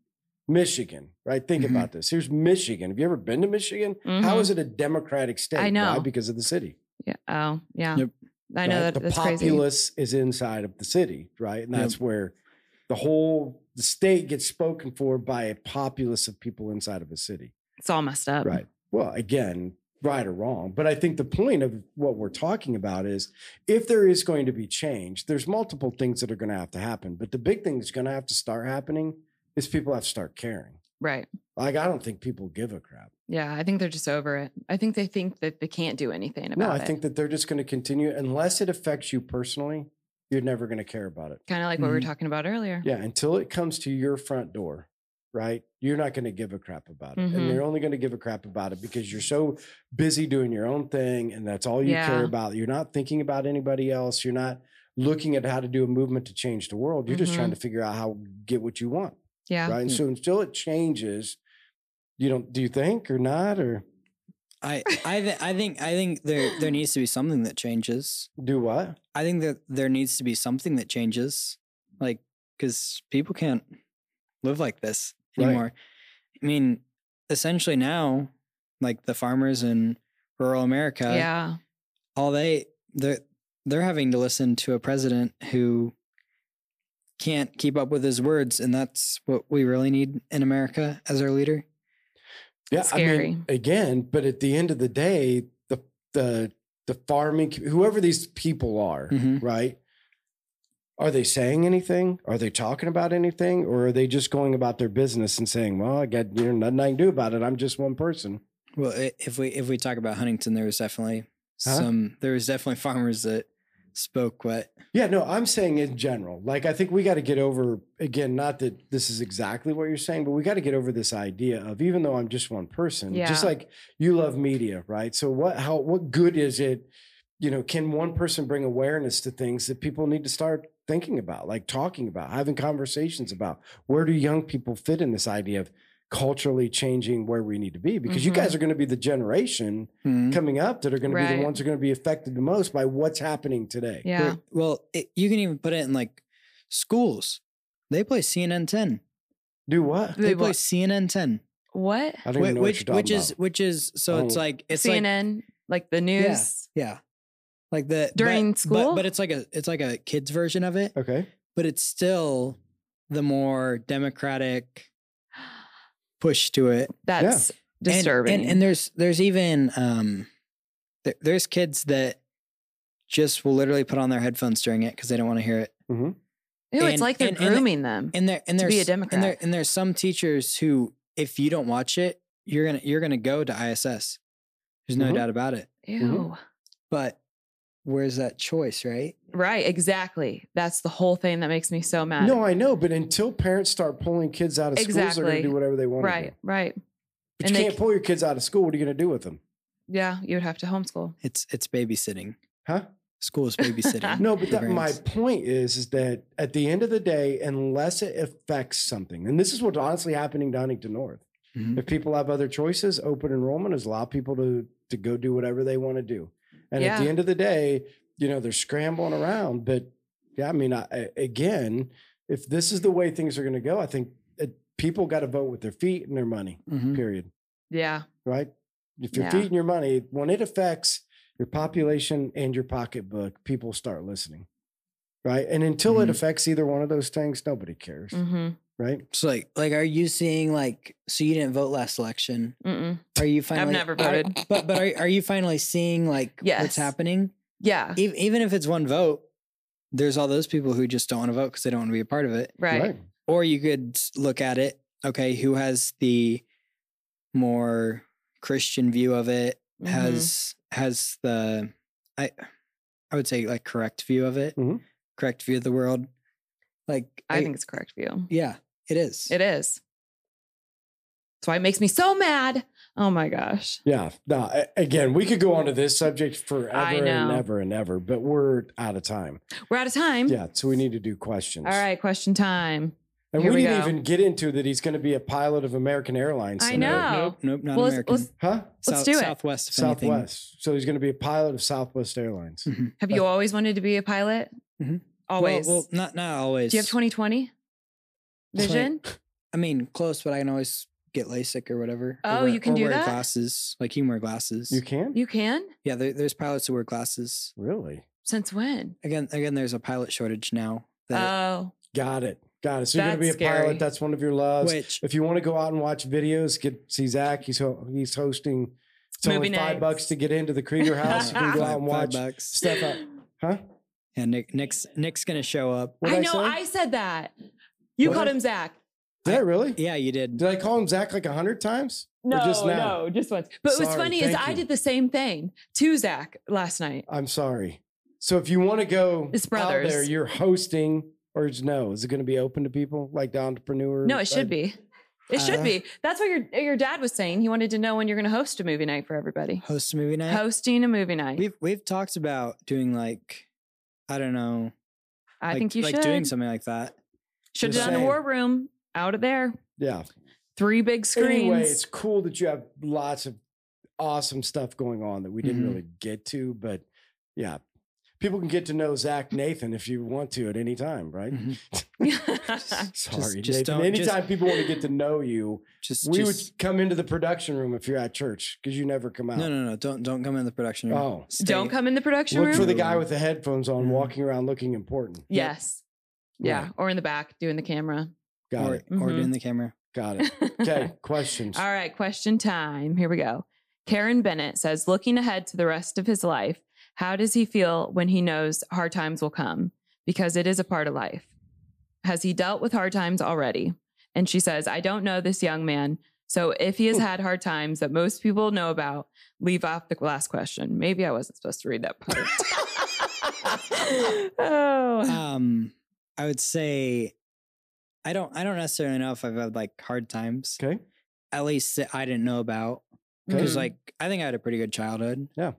S2: Michigan, right? Think
S1: Mm-hmm.
S3: Mhm.
S2: about this. Here's Michigan. Have you ever been to Michigan? How is it a democratic state? Why?
S1: know.
S2: Because of the city.
S1: Yeah. Oh, yeah.
S3: Yep.
S1: I know
S2: right?
S1: that,
S2: the
S1: that's crazy.
S2: populace is inside of the city, right? And
S3: Yep.
S2: that's where the whole the state gets spoken for by a populace of people inside of a city.
S1: It's all messed up.
S2: Right. Well, again, right or wrong. But I think the point of what we're talking about is if there is going to be change, there's multiple things that are going to have to happen. But the big thing that's going to have to start happening is people have to start caring.
S1: Right.
S2: Like, I don't think people give a crap.
S1: Yeah. I think they're just over it. I think they think that they can't do anything about
S2: no, I
S1: it.
S2: think that they're just going to continue unless it affects you personally. You're never going to care about it.
S1: kind of like what we were
S3: Mhm.
S1: talking about earlier.
S2: Mm-hmm. Yeah, until it comes to your front door, right? You're not going to give a crap about it,
S1: Mhm.
S2: and you're only going to give a crap about it because you're so busy doing your own thing, and that's all you care
S1: Yeah.
S2: about. You're not thinking about anybody else. You're not looking at how to do a movement to change the world. You're just trying to figure out how to get what you want,
S1: Mm-hmm. Yeah. Hmm.
S2: right? And
S3: Yeah.
S2: so until it changes, you don't. Do you think or not or
S3: I I, th- I think I think there there needs to be something that changes.
S2: do what?
S3: I think that there needs to be something that changes, like because people can't live like this
S2: Right.
S3: anymore. I mean, essentially now, like the farmers in rural America,
S1: yeah.
S3: all they they're they're having to listen to a president who can't keep up with his words, and that's what we really need in America as our leader.
S2: Yeah,
S1: Scary.
S2: again, but at the end of the day, the the the farming, co- whoever these people are,
S3: Mhm.
S2: right? Are they saying anything? Are they talking about anything, or are they just going about their business and saying, "Well, I got you know nothing I can do about it. I'm just one person."
S3: Well, i- if we if we talk about Huntington, there was definitely
S2: Huh?
S3: some there was definitely farmers that spoke what
S2: Yeah, no, I'm saying in general. Like, I think we got to get over again. Not that this is exactly what you're saying, but we got to get over this idea of even though I'm just one person, just
S1: Yeah.
S2: like you love media, right? So what? How? What good is it? You know, can one person bring awareness to things that people need to start thinking about, like talking about, having conversations about? Where do young people fit in this idea of culturally changing where we need to be? Because you
S1: Mhm.
S2: guys are going to be the generation
S3: hmm.
S2: coming up that are going to be
S1: Mm-hmm. Right.
S2: the ones that are going to be affected the most by what's happening today.
S1: Yeah.
S3: Or- Well, it, you can even put it in like schools. They play CNN ten.
S2: Do what?
S3: They,
S1: They
S3: play
S1: what?
S3: CNN ten,
S1: What?
S2: I don't
S3: which
S2: even know
S3: which,
S2: what you're talking
S3: is
S2: about.
S3: which is so it's
S2: Oh.
S3: like it's like
S1: CNN, like, the news.
S3: yeah, like the but-
S1: During
S3: but-
S1: school?
S3: but it's like a it's like a kids version of it,
S2: Okay.
S3: but it's still the more democratic push to it.
S1: That's
S3: And-
S1: disturbing.
S3: And, and, there's there's even um, th- there's kids that just will literally put on their headphones during it because they don't want to hear it.
S1: Ew, it's
S3: and-
S1: like they're
S3: and- and the-
S1: grooming them.
S3: And there and
S1: To
S3: there's
S1: be a
S3: and there
S1: Democrat.
S3: and there's some teachers who if you don't watch it, you're gonna you're gonna go to ISS. There's no
S2: Mhm.
S3: doubt about it. Mhm.
S1: Ew.
S3: But where's that choice, right?
S1: Right. Exactly. That's the whole thing that makes me so mad.
S2: No, I know, but until parents start pulling kids out of schools, they're going
S1: Exactly.
S2: to do whatever they want to
S1: right.
S2: do.
S1: Right.
S2: But
S1: And
S2: you
S1: they
S2: can't
S1: c-
S2: pull your kids out of school. What are you going to do with them?
S1: Yeah. You would have to homeschool.
S3: It's it's babysitting.
S2: Huh?
S3: School is babysitting.
S2: No, but
S3: the
S2: that, my
S3: brains.
S2: point is, is that at the end of the day, unless it affects something, and this is what's honestly happening to Huntington North.
S3: Mhm.
S2: If people have other choices, open enrollment is allow people to to go do whatever they want to do. And at the
S1: Yeah.
S2: end of the day, you know, they're scrambling around. But yeah, I mean, I, I- again, if this is the way things are going to go, I think it, people got to vote with their feet and their money.
S3: Mhm.
S2: Period.
S1: Yeah.
S2: Right? If your
S1: Yeah.
S2: feet and your money, when it affects your population and your pocketbook, people start listening. Right? And until it
S3: Mhm.
S2: affects either one of those things, nobody cares.
S1: Mm-hmm.
S2: Right?
S3: So like like are you seeing like so you didn't vote last election?
S1: Mm-mm.
S3: Are you finally?
S1: never
S3: are-
S1: voted.
S3: but but are, are you finally seeing like
S1: Yes.
S3: what's happening?
S1: Yeah.
S3: Even, even if it's one vote, there's all those people who just don't want to vote because they don't want to be a part of it.
S1: Right.
S3: Or you could s- look at it. Okay, who has the more Christian view of it?
S2: Mm-hmm.
S1: Mhm.
S3: Has has the I I would say like correct view of it,
S2: Mhm.
S3: correct view of the world. Like
S1: I think it's correct view.
S3: yeah, it is.
S1: It is. That's why it makes me so mad. Oh my gosh.
S2: Yeah. No, a- again, we could go on to this subject forever and
S1: know.
S2: ever and ever, but we're out of time.
S1: We're out of time.
S2: Yeah. So we need to do questions.
S1: All right, question time.
S2: And
S1: here
S2: we
S1: we
S2: didn't
S1: go.
S2: even get into that he's going to be a pilot of American Airlines.
S1: I
S2: tonight.
S1: know.
S3: Nope, nope, not
S1: Well, let's-
S3: American.
S1: let's-
S2: Huh?
S1: let's do it.
S3: Southwest. if Anything.
S2: Southwest. So he's going to be a pilot of Southwest Airlines.
S1: Have you always wanted to be a pilot?
S2: Mm-hmm.
S3: Mhm.
S1: Always.
S3: Well, well, not not always.
S1: Do you have 2020
S3: That's right.
S1: vision?
S3: I mean, close, but I can always get LASIK or whatever. or
S1: Oh,
S3: wear-
S1: you can
S3: or
S1: do
S3: wear
S1: that?
S3: Glasses, like you can wear glasses.
S2: You can?
S1: You can?
S3: yeah, there, there's pilots who wear glasses.
S2: really?
S1: Since when?
S3: Again, again, there's a pilot shortage now. That,
S1: Oh,
S2: Got it. Got it. So you're going to be a
S1: That's scary.
S2: pilot. That's one of your
S1: Uh,
S2: loves.
S3: which
S2: If you want to go out and watch videos, get see Zach. He's ho- he's hosting. It's
S1: Movie
S2: only five
S1: nights.
S2: bucks to get into the Krieger House. You can go out and
S3: five
S2: watch.
S3: bucks.
S2: Step up, huh?
S3: And Nick, Nick's Nick's gonna show up.
S2: What'd
S1: I know.
S2: say?
S1: I, said that. You
S2: What
S1: called
S2: I-
S1: him Zach.
S2: Did I really?
S3: Yeah, you did.
S2: Did I call him Zach like a hundred times?
S1: No,
S2: Or just now?
S1: no, just once. But what's
S2: Sorry,
S1: funny is
S2: thank
S1: I
S2: you.
S1: did the same thing to Zach last night.
S2: I'm sorry. So if you want to go
S1: It's
S2: out there,
S1: brothers.
S2: you're hosting or is- no? Is it going to be open to people like the entrepreneur? Uh,
S1: No, it should
S2: side?
S1: be. It should
S3: Uh,
S1: be.
S2: Uh-huh.
S1: That's what your your dad was saying. He wanted to know when you're going to host a movie night for everybody.
S3: Host a movie night.
S1: Hosting a movie night.
S3: We've we've talked about doing like, I don't know.
S1: I
S3: like-
S1: think you
S3: like
S1: should.
S3: doing something like that.
S1: should have
S2: Just
S1: done the
S2: saying.
S1: war room out of there.
S2: Yeah.
S1: Three big screens.
S2: Anyway, it's cool that you have lots of awesome stuff going on that we didn't
S3: Mhm.
S2: really get to, but yeah. People can get to know Zach Nathan if you want to at any time, right?
S3: Mhm.
S1: yeah,
S2: Sorry,
S3: just
S2: Nathan.
S3: don't-
S2: Anytime
S3: just-
S2: people want to get to know you,
S3: Just
S2: we
S3: just,
S2: would come into the production room if you're at church because you never come out.
S3: No, no, no! Don't don't come in the production room.
S2: Oh,
S3: Stay-
S1: Don't come in the production
S2: look
S1: room.
S2: for the guy with the headphones on
S3: Mhm.
S2: walking around looking important.
S1: yes. Yeah.
S2: Right.
S1: Or in the back doing the camera.
S2: Got
S3: or,
S2: it.
S3: or
S1: Mhm.
S3: doing the camera.
S2: Got it. Okay, questions.
S1: All right, question time. Here we go. Karen Bennett says, looking ahead to the rest of his life, how does he feel when he knows hard times will come? Because it is a part of life. Has he dealt with hard times already? And she says, I don't know this young man. So if he has had hard times that most people know about, leave off the last question. Maybe I wasn't supposed to read that part. oh.
S3: Um, I would say, I don't I don't necessarily know if I've had like hard times.
S2: Okay.
S3: At least that I didn't know about because
S1: Mhm.
S3: like I think I had a pretty good childhood.
S2: Mm-hmm. Yeah.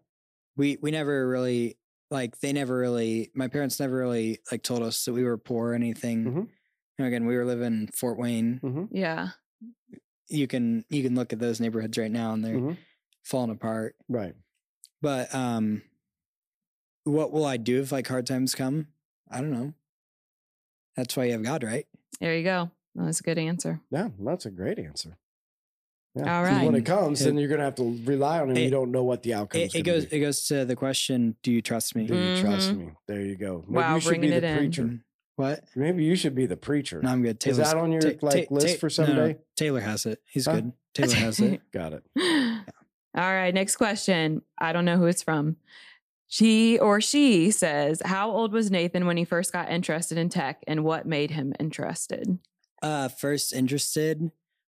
S3: We we never really like they never really my parents never really like told us that we were poor or anything.
S2: Mhm.
S3: You know, again, we were living in Fort Wayne.
S2: Mhm.
S1: Yeah.
S3: You can you can look at those neighborhoods right now and they're
S2: Mhm.
S3: falling apart.
S2: Right.
S3: But um what will I do if like hard times come? I don't know. That's why you have God, right?
S1: There you go. That's a good answer.
S2: Yeah, that's a great answer.
S1: All
S2: Because When
S1: right.
S2: it comes, then you're going to have to rely on him. you
S3: It-
S2: don't know what the outcome is.
S3: It, it
S2: gonna
S3: goes
S2: Be. Mm.
S3: it goes to the question, do you trust me?
S2: Do you trust
S1: Mhm.
S2: me? There you go. Maybe
S1: Wow,
S2: you should be
S1: bringing it
S2: the
S1: in.
S2: preacher.
S3: Mm, What?
S2: Maybe you should be the preacher.
S3: No, I'm good.
S2: Is
S3: Taylor's,
S2: that on your
S3: Ta- Ta-
S2: like list
S3: Ta-
S2: for
S3: no, no,
S2: someday?
S3: Taylor has it. He's
S2: Huh?
S3: good. Taylor has it.
S2: Got it.
S1: All right, next question. I don't know who it's from. She or she says, How old was Nathan when he first got interested in tech and what made him interested?
S3: Uh first interested.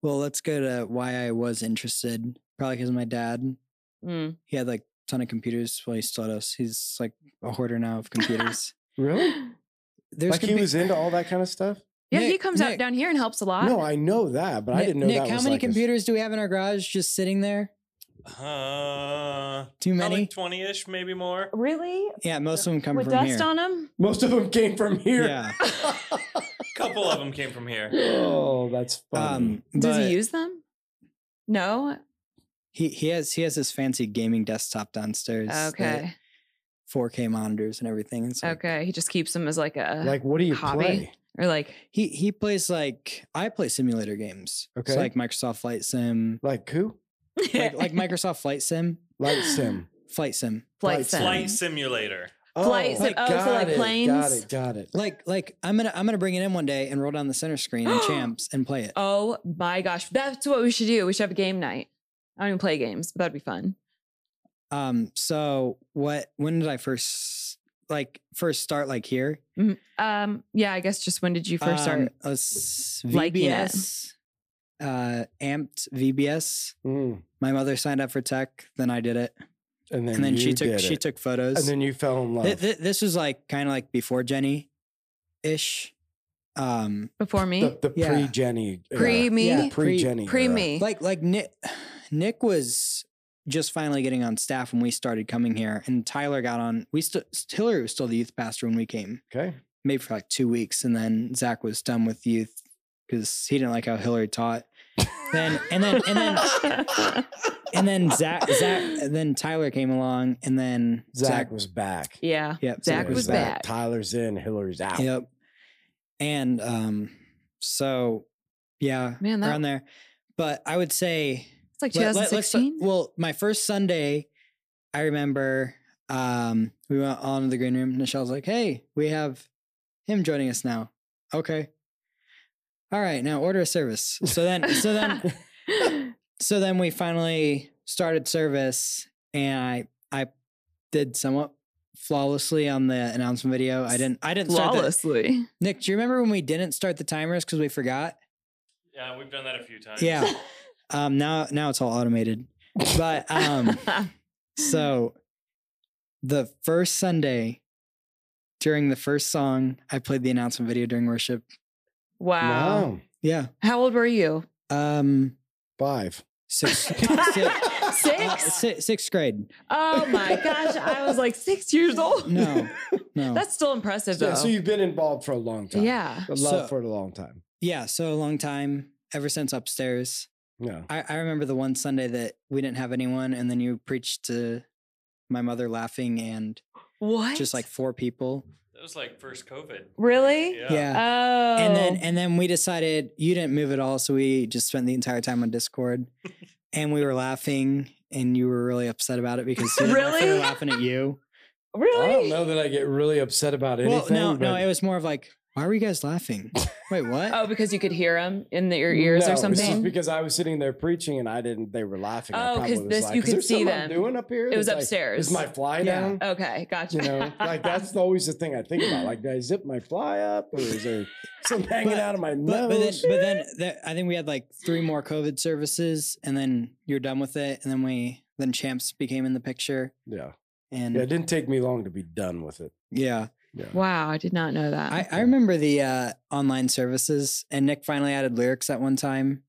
S3: Well, let's go to why I was interested. Probably because my dad,
S1: Mm.
S3: he had like a ton of computers. Well, he still does. He's like a hoarder now of computers.
S2: Really?
S3: There's
S2: Like he
S3: compu-
S2: was into all that kind of stuff?
S1: Yeah, he
S3: Nick-
S1: comes out
S3: Nick,
S1: down here and helps a lot.
S2: No, I know that, but I
S3: Nick-
S2: didn't know
S3: Nick,
S2: that
S3: how
S2: was
S3: many
S2: like a-
S3: computers do we have in our garage just sitting there?
S5: Uh,
S3: Too
S5: probably
S3: many?
S5: twenty-ish, maybe more.
S1: really?
S3: Yeah, most of them come
S1: With
S3: from
S1: dust
S3: here.
S1: on him?
S2: Most of them came from here.
S3: Yeah.
S5: couple of them came from here.
S2: oh, that's funny.
S3: Um,
S1: Does
S3: but
S1: he use them? No.
S3: he he has he has this fancy gaming desktop downstairs. that
S1: Okay.
S3: 4K monitors and everything. It's like-
S1: Okay. He just keeps them as like a
S2: like, what do you
S1: Uh, hobby?
S2: play?
S1: or like
S3: He he plays like I play simulator games.
S2: Okay.
S3: So like Microsoft Flight Sim,
S2: Like who?
S3: like, like Microsoft Flight Sim,
S2: Like sim.
S3: Flight Sim.
S1: flight
S2: flight sim.
S5: Flight simulator.
S1: Flight sim- oh, so
S2: got
S1: like
S2: it, Got
S1: planes?
S2: it. Got it.
S3: Like like I'm gonna I'm gonna bring it in one day and roll down the center screen in Champs and play it.
S1: Oh my gosh. That's what we should do. We should have a game night. I don't even play games, but that'd be fun.
S3: Um. So what? When did I first like first start like here?
S1: Um, yeah, I guess just when did you first
S3: Um,
S1: start?
S3: a s-
S1: liking it?
S3: VBS, uh, amped VBS.
S2: Mm.
S3: My mother signed up for tech, then I did it,
S2: And then,
S3: and then she
S2: you
S3: took
S2: did
S3: she
S2: it.
S3: took photos.
S2: and then you fell in love.
S3: Th- th- this was like kind of like before Jenny ish. Um
S1: Before me?
S2: the the
S3: Yeah.
S2: pre Jenny.
S1: Pre me?
S3: yeah,
S2: Pre Jenny.
S1: Pre me.
S3: like like Nick Nick was just finally getting on staff when we started coming here, and Tyler got on. We still Hillary was still the youth pastor when we came,
S2: Okay.
S3: maybe for like two weeks, and then Zach was done with youth because he didn't like how Hillary taught. then and then and then and then Zach Zach and then Tyler came along, and then
S2: Zach, was back.
S1: yeah.
S3: Yep,
S2: So
S1: Zach
S2: there's
S1: was
S2: that.
S1: back.
S2: Tyler's in. Hillary's out.
S3: Yep. And um, so yeah,
S1: Man, that-
S3: around there. But I would say
S1: It's like
S3: let- let- let's-
S1: 2016.
S3: well, my first Sunday, I remember um, we went on to the green room. Michelle's like, "Hey, we have him joining us now." Okay. All right, now order a service. So then, so then, so then we finally started service, and I I did somewhat flawlessly on the announcement video. I didn't I didn't start the,
S1: flawlessly.
S3: Nick, do you remember when we didn't start the timers because we forgot?
S5: Yeah, we've done that a few times.
S3: Yeah. Um. Now, now it's all automated. But um. So, the first Sunday, during the first song, I played the announcement video during worship.
S1: wow.
S2: Wow.
S3: Yeah.
S1: How old were you?
S3: Um.
S2: Five.
S3: Six. six, uh,
S1: Six?
S3: si- sixth grade.
S1: Oh my gosh. I was like six years old.
S3: No. No.
S1: That's still impressive though.
S2: Yeah, so you've been involved for a long time.
S1: yeah.
S2: The love
S3: So-
S2: for a long time.
S3: yeah. So a long time. Ever since upstairs.
S2: Yeah.
S3: I, I remember the one Sunday that we didn't have anyone, and then you preached to my mother laughing and
S1: What?
S3: just like four people.
S5: That was like first COVID.
S1: Really?
S5: Yeah.
S3: Yeah.
S1: Oh.
S3: and then and then we decided you didn't move at all, so we just spent the entire time on Discord, and we were laughing, and you were really upset about it because you didn't laugh, they were
S1: Really?
S3: laughing at you.
S1: really?
S2: I
S3: Oh,
S2: don't know that I get really upset about anything.
S3: well, no, no,
S2: but-
S3: it was more of like, why were you guys laughing? Wait, what?
S1: Oh, because you could hear them in the- your ears
S2: No,
S1: or
S2: it's just
S1: something.
S2: because I was sitting there preaching and I didn't. They were laughing. I
S1: Oh, 'cause
S2: probably was
S1: this-
S2: like,
S1: you
S2: "Is
S1: could
S2: there
S1: see
S2: something
S1: them.
S2: I'm doing up here.
S1: It was
S2: That's like,
S1: upstairs.
S2: is my fly
S3: Yeah.
S2: down?
S1: okay, gotcha.
S2: You know, like that's always the thing I think about. Like, did I zip my fly up, or is there something hanging
S3: But-
S2: out of my
S3: But, but then,
S2: nose?
S3: but then the, I think we had like three more COVID services, and then you're done with it, and then we then champs became in the picture,
S2: yeah,
S3: and
S2: yeah. It didn't take me long to be done with it.
S3: yeah.
S1: Wow, I did not know that.
S3: I, I remember the uh, online services, and Nick finally added lyrics at one time.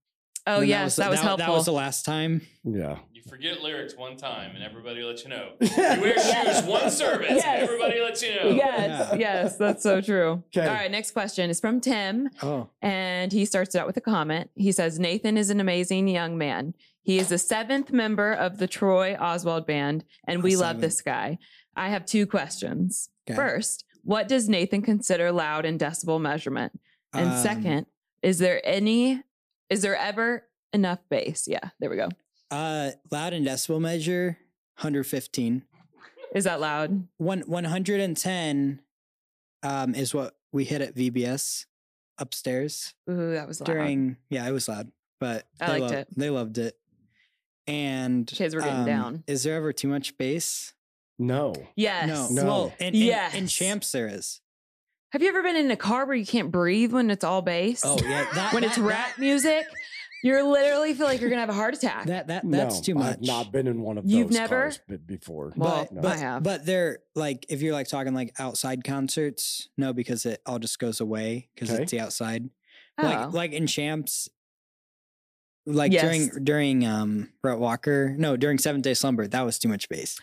S1: oh
S3: And then
S1: yes, that was, helpful.
S3: That was the last time.
S2: Yeah,
S5: You forget lyrics one time and everybody lets you know. You wear shoes one service and
S1: Yes.
S5: everybody lets you know.
S1: yes,
S3: Yeah.
S1: yes, that's so true.
S2: 'Kay.
S1: All right, next question is from Tim,
S3: Oh,
S1: and he starts it out with a comment. He says, Nathan is an amazing young man. He is the seventh member of the Troy Oswald Band, and we love
S3: Seventh.
S1: this guy. I have two questions.
S3: okay.
S1: First, what does Nathan consider loud in decibel measurement? And
S3: Um,
S1: second, is there any, is there ever enough bass? Yeah, there we go.
S3: uh, loud and decibel measure 115.
S1: Is that loud?
S3: One 110 um, is what we hit at VBS upstairs
S1: Ooh, that was loud.
S3: during. Yeah, it was loud, but
S1: I
S3: they
S1: liked
S3: loved,
S1: it.
S3: They loved it. And um,
S1: Kids were getting down.
S3: Is there ever too much bass?
S2: no.
S1: yes.
S3: No.
S2: No.
S3: Well, in, in, in
S1: Yes.
S3: champs there is.
S1: Have you ever been in a car where you can't breathe when it's all bass?
S3: Oh yeah, that,
S1: when
S3: that-
S1: it's
S3: that-
S1: rap music, you literally feel like you're gonna have a heart attack.
S3: That that that's
S2: no,
S3: too much.
S2: I've not been in one of
S1: You've
S2: those
S1: never?
S2: cars b- before.
S1: Well,
S3: but,
S2: no.
S3: but,
S1: I have.
S3: but they're like if you're like talking like outside concerts, no, because it all just goes away because
S2: Okay.
S3: it's the outside.
S1: oh.
S3: Like like in champs, like
S1: Yes.
S3: during during um Brett Walker, no, during Seventh Day Slumber, that was too much bass.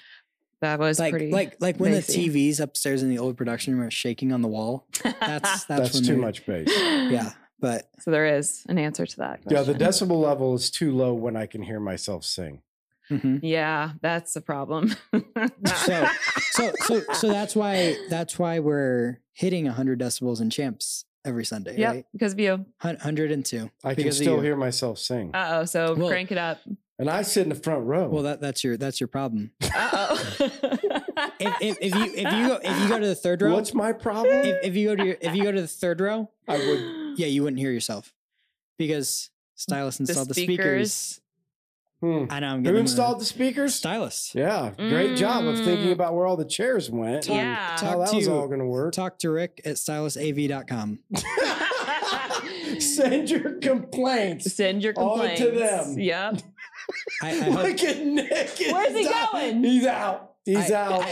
S1: that was
S3: like
S1: pretty.
S3: like like when
S1: bassy.
S3: the TVs upstairs in the old production room are shaking on the wall. That's that's,
S2: that's,
S3: when
S2: too
S3: they're-
S2: much bass.
S1: yeah.
S3: Yeah, but
S1: So there is an answer to that.
S2: Yeah, the
S1: question.
S2: decibel level is too low when I can hear myself sing.
S3: mhm.
S1: Yeah, that's the problem.
S3: so so so so that's why that's why we're hitting hundred decibels in champs every Sunday,
S1: yep,
S3: right?
S1: because of you.
S3: Hun- Hundred and two.
S2: I can
S3: Because of
S2: still
S3: you.
S2: hear myself sing,
S1: Uh oh. So
S3: Well-
S1: crank it up.
S2: and I sit in the front row.
S3: Well, that, that's your that's your problem.
S1: Uh oh.
S3: If, if, if you if you go if you go to the third row,
S2: What's my problem?
S3: if, if you go to your, if you go to the third row,
S2: I would.
S3: yeah, you wouldn't hear yourself because Stylus installed the speakers.
S1: speakers.
S2: Hmm.
S3: I know I'm
S2: Who
S3: getting
S2: installed the speakers?
S3: Stylus.
S2: Yeah, great job of thinking
S1: Mm.
S2: about where all the chairs went. and
S1: Yeah.
S2: How
S3: Talk
S2: that was
S3: to-
S2: all going to work.
S3: Talk to Rick at stylusav.com.
S2: Send your complaints.
S1: Send your
S2: All to
S1: complaints
S2: them.
S1: Yep.
S3: I, I, hope,
S2: Look at Nick. and
S1: Where's he
S2: Doc.
S1: going?
S2: He's out. He's
S3: I-
S2: out.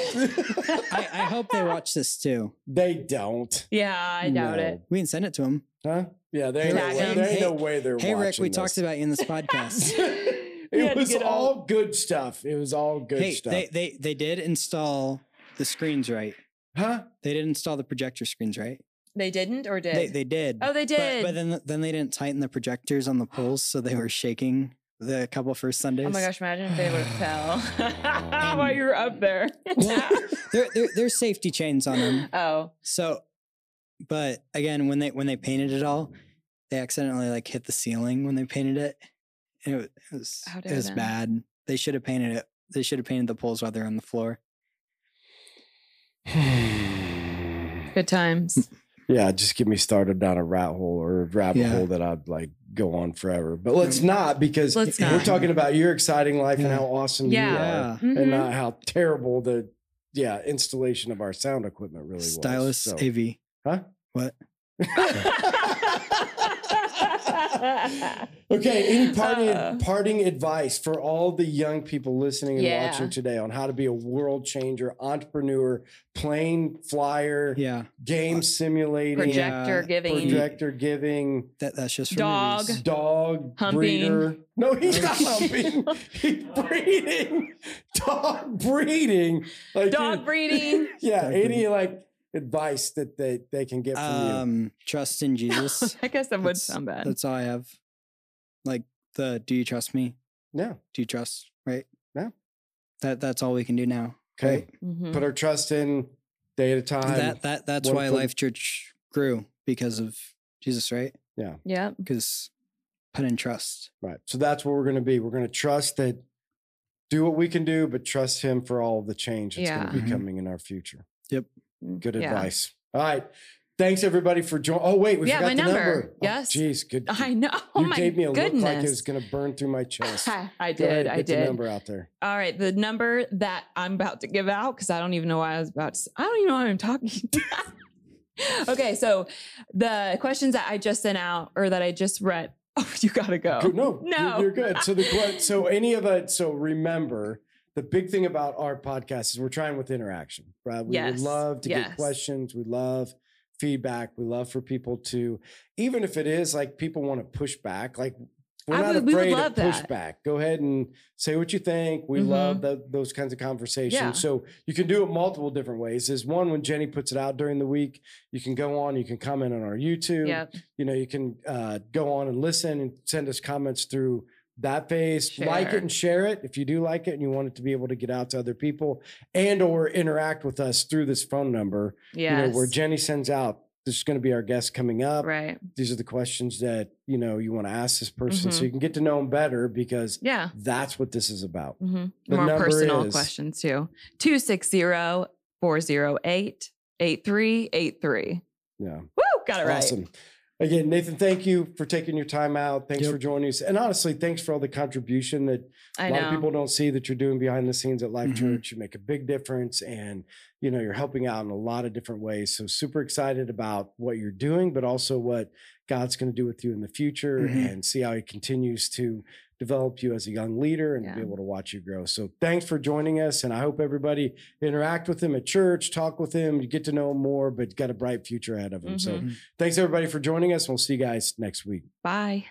S3: I, I hope they watch this too.
S2: they don't.
S1: Yeah, I doubt
S2: No.
S1: it.
S3: We can send it to them.
S2: Huh? Yeah, there ain't, no
S1: Tag
S2: way,
S1: him.
S2: there ain't no
S3: Hey-
S2: way they're
S3: Hey
S2: watching
S3: Rick, we talked
S2: this.
S3: about you in this podcast.
S2: and
S1: had
S2: It
S1: to
S2: was
S1: get up.
S2: all good stuff. It was all good
S3: hey,
S2: stuff.
S3: they they they did install the screens right.
S2: huh?
S3: They did install the projector screens right.
S6: They didn't or did?
S3: They they did.
S1: Oh, they
S3: But,
S1: did.
S3: but then then they didn't tighten the projectors on the poles, so they were shaking the couple first Sundays.
S6: oh my gosh, imagine if they would have fell.
S1: while you were up there.
S3: Well, there, there there's safety chains on them.
S6: oh,
S3: So, but again, when they when they painted it all, they accidentally like hit the ceiling when they painted it. And it wa- it was
S1: How
S3: it
S1: dare
S3: was
S1: them.
S3: bad. They should have painted it. They should have painted the poles while they're on the floor.
S1: Good times.
S2: Yeah, just get me started down a rat hole or a rabbit
S3: Yeah.
S2: hole that I'd like go on forever. But let's not because
S1: Let's
S2: we're
S1: not.
S2: talking about your exciting life and
S3: Yeah.
S2: how awesome you are,
S1: Yeah.
S3: Yeah.
S2: Uh, and
S1: Mhm.
S2: not how terrible the yeah installation of our sound equipment really
S3: Stylus
S2: was. So-
S3: AV.
S2: Huh?
S3: What?
S1: Mm-hmm.
S2: uh, okay, any parting
S6: Uh.
S2: parting advice for all the young people listening and
S6: Yeah.
S2: watching today on how to be a world changer, entrepreneur, plane flyer,
S3: Yeah.
S2: game simulating,
S3: Project-
S6: projector giving.
S2: projector giving.
S3: That that's just for
S6: Dog.
S3: movies.
S2: dog
S1: Humping.
S2: breeder. No, he's not
S3: Okay.
S2: humping. He's breeding. Dog breeding. Like
S1: Dog
S2: dude,
S1: breeding.
S2: Yeah.
S3: Dog
S2: any
S3: breeding.
S2: like advice that they, they can get from
S3: Um, trust in Jesus.
S1: I guess that would
S3: That's-
S1: sound bad.
S3: That's all I have. Like the do you trust me?
S2: you? Yeah.
S3: Do you trust? Right?
S2: Yeah.
S3: That that's all we can do now.
S2: Okay.
S3: right?
S1: Mm-hmm.
S6: Mhm.
S2: Put our trust in day at a time.
S3: that that that's
S2: one
S3: why
S2: foot-
S3: Life Church grew because of Jesus, right?
S1: Yep.
S3: Because put in trust.
S2: right. So that's where we're gonna be. We're gonna trust that do what we can do, but trust him for all of the change that's
S1: Yeah. Mm,
S2: gonna be
S3: Mhm.
S2: coming in our future. Good
S1: Yeah.
S2: advice. All right. Thanks everybody for joining. Oh, wait, we
S1: Yeah,
S2: forgot
S1: my
S2: the number.
S1: number.
S2: Oh,
S1: Yes.
S2: Jeez, good.
S1: I know. Oh
S2: you
S1: my
S2: gave me a
S1: goodness.
S2: look like it was going to burn through my chest. Go
S1: I
S2: ahead,
S1: did. I
S2: get The
S1: did.
S2: number out there.
S1: All right, the number that I'm about to give out because I don't even know why I was about to. s- I don't even know why I'm talking. okay, so the questions that I just sent out or that I just read. Oh, you gotta go.
S2: Good- No,
S1: No.
S2: You're, you're good. So the que- so any of it. So remember, the big thing about our podcast is we're trying with interaction, right? We
S1: Yes,
S2: would love to get
S1: yes.
S2: questions. We love feedback. We love for people to, even if it is like people want to push back, like. We're
S1: I
S2: not
S1: would- we would
S2: afraid
S1: love
S2: of
S1: that.
S2: pushback. Go ahead and say what you think. We
S1: Mhm.
S2: love tho- those kinds of conversations.
S1: Yeah.
S2: So you can do it multiple different ways. Is one when Jenny puts it out during the week, you can go on, you can comment on our YouTube
S1: Yep.
S2: you know you can uh, go on and listen and send us comments through that phase like
S1: Share.
S2: it and share it if you do like it and you want it to be able to get out to other people and or interact with us through this phone number
S1: Yes.
S2: you know where jenny sends out this is going to be our guest coming up
S1: right.
S2: these are the questions that you know you want to ask this person
S1: Mhm.
S2: so you can get to know them better because
S1: Yeah.
S2: that's what this is about
S1: hmm
S2: The
S1: More
S2: number
S1: personal
S2: is-
S1: questions too. 260 408 8383.
S2: yeah
S1: Woo! Got it right.
S2: Awesome. Again, Nathan, thank you for taking your time out. Thanks
S3: Yep.
S2: for joining us. And honestly, thanks for all the contribution that
S1: I
S2: a lot
S1: know.
S2: of people don't see that you're doing behind the scenes at Life
S3: Mhm.
S2: Church. You make a big difference and you know you're helping out in a lot of different ways. So super excited about what you're doing, but also what God's going to do with you in the future
S3: Mhm.
S2: and see how he continues to develop you as a young leader and to be
S1: Yeah.
S2: able to watch you grow. So thanks for joining us. And I hope everybody interact with him at church, talk with him, you get to know him more, but got a bright future ahead of him. So
S1: Mhm.
S2: thanks everybody for joining us. We'll see you guys next week.
S1: Bye.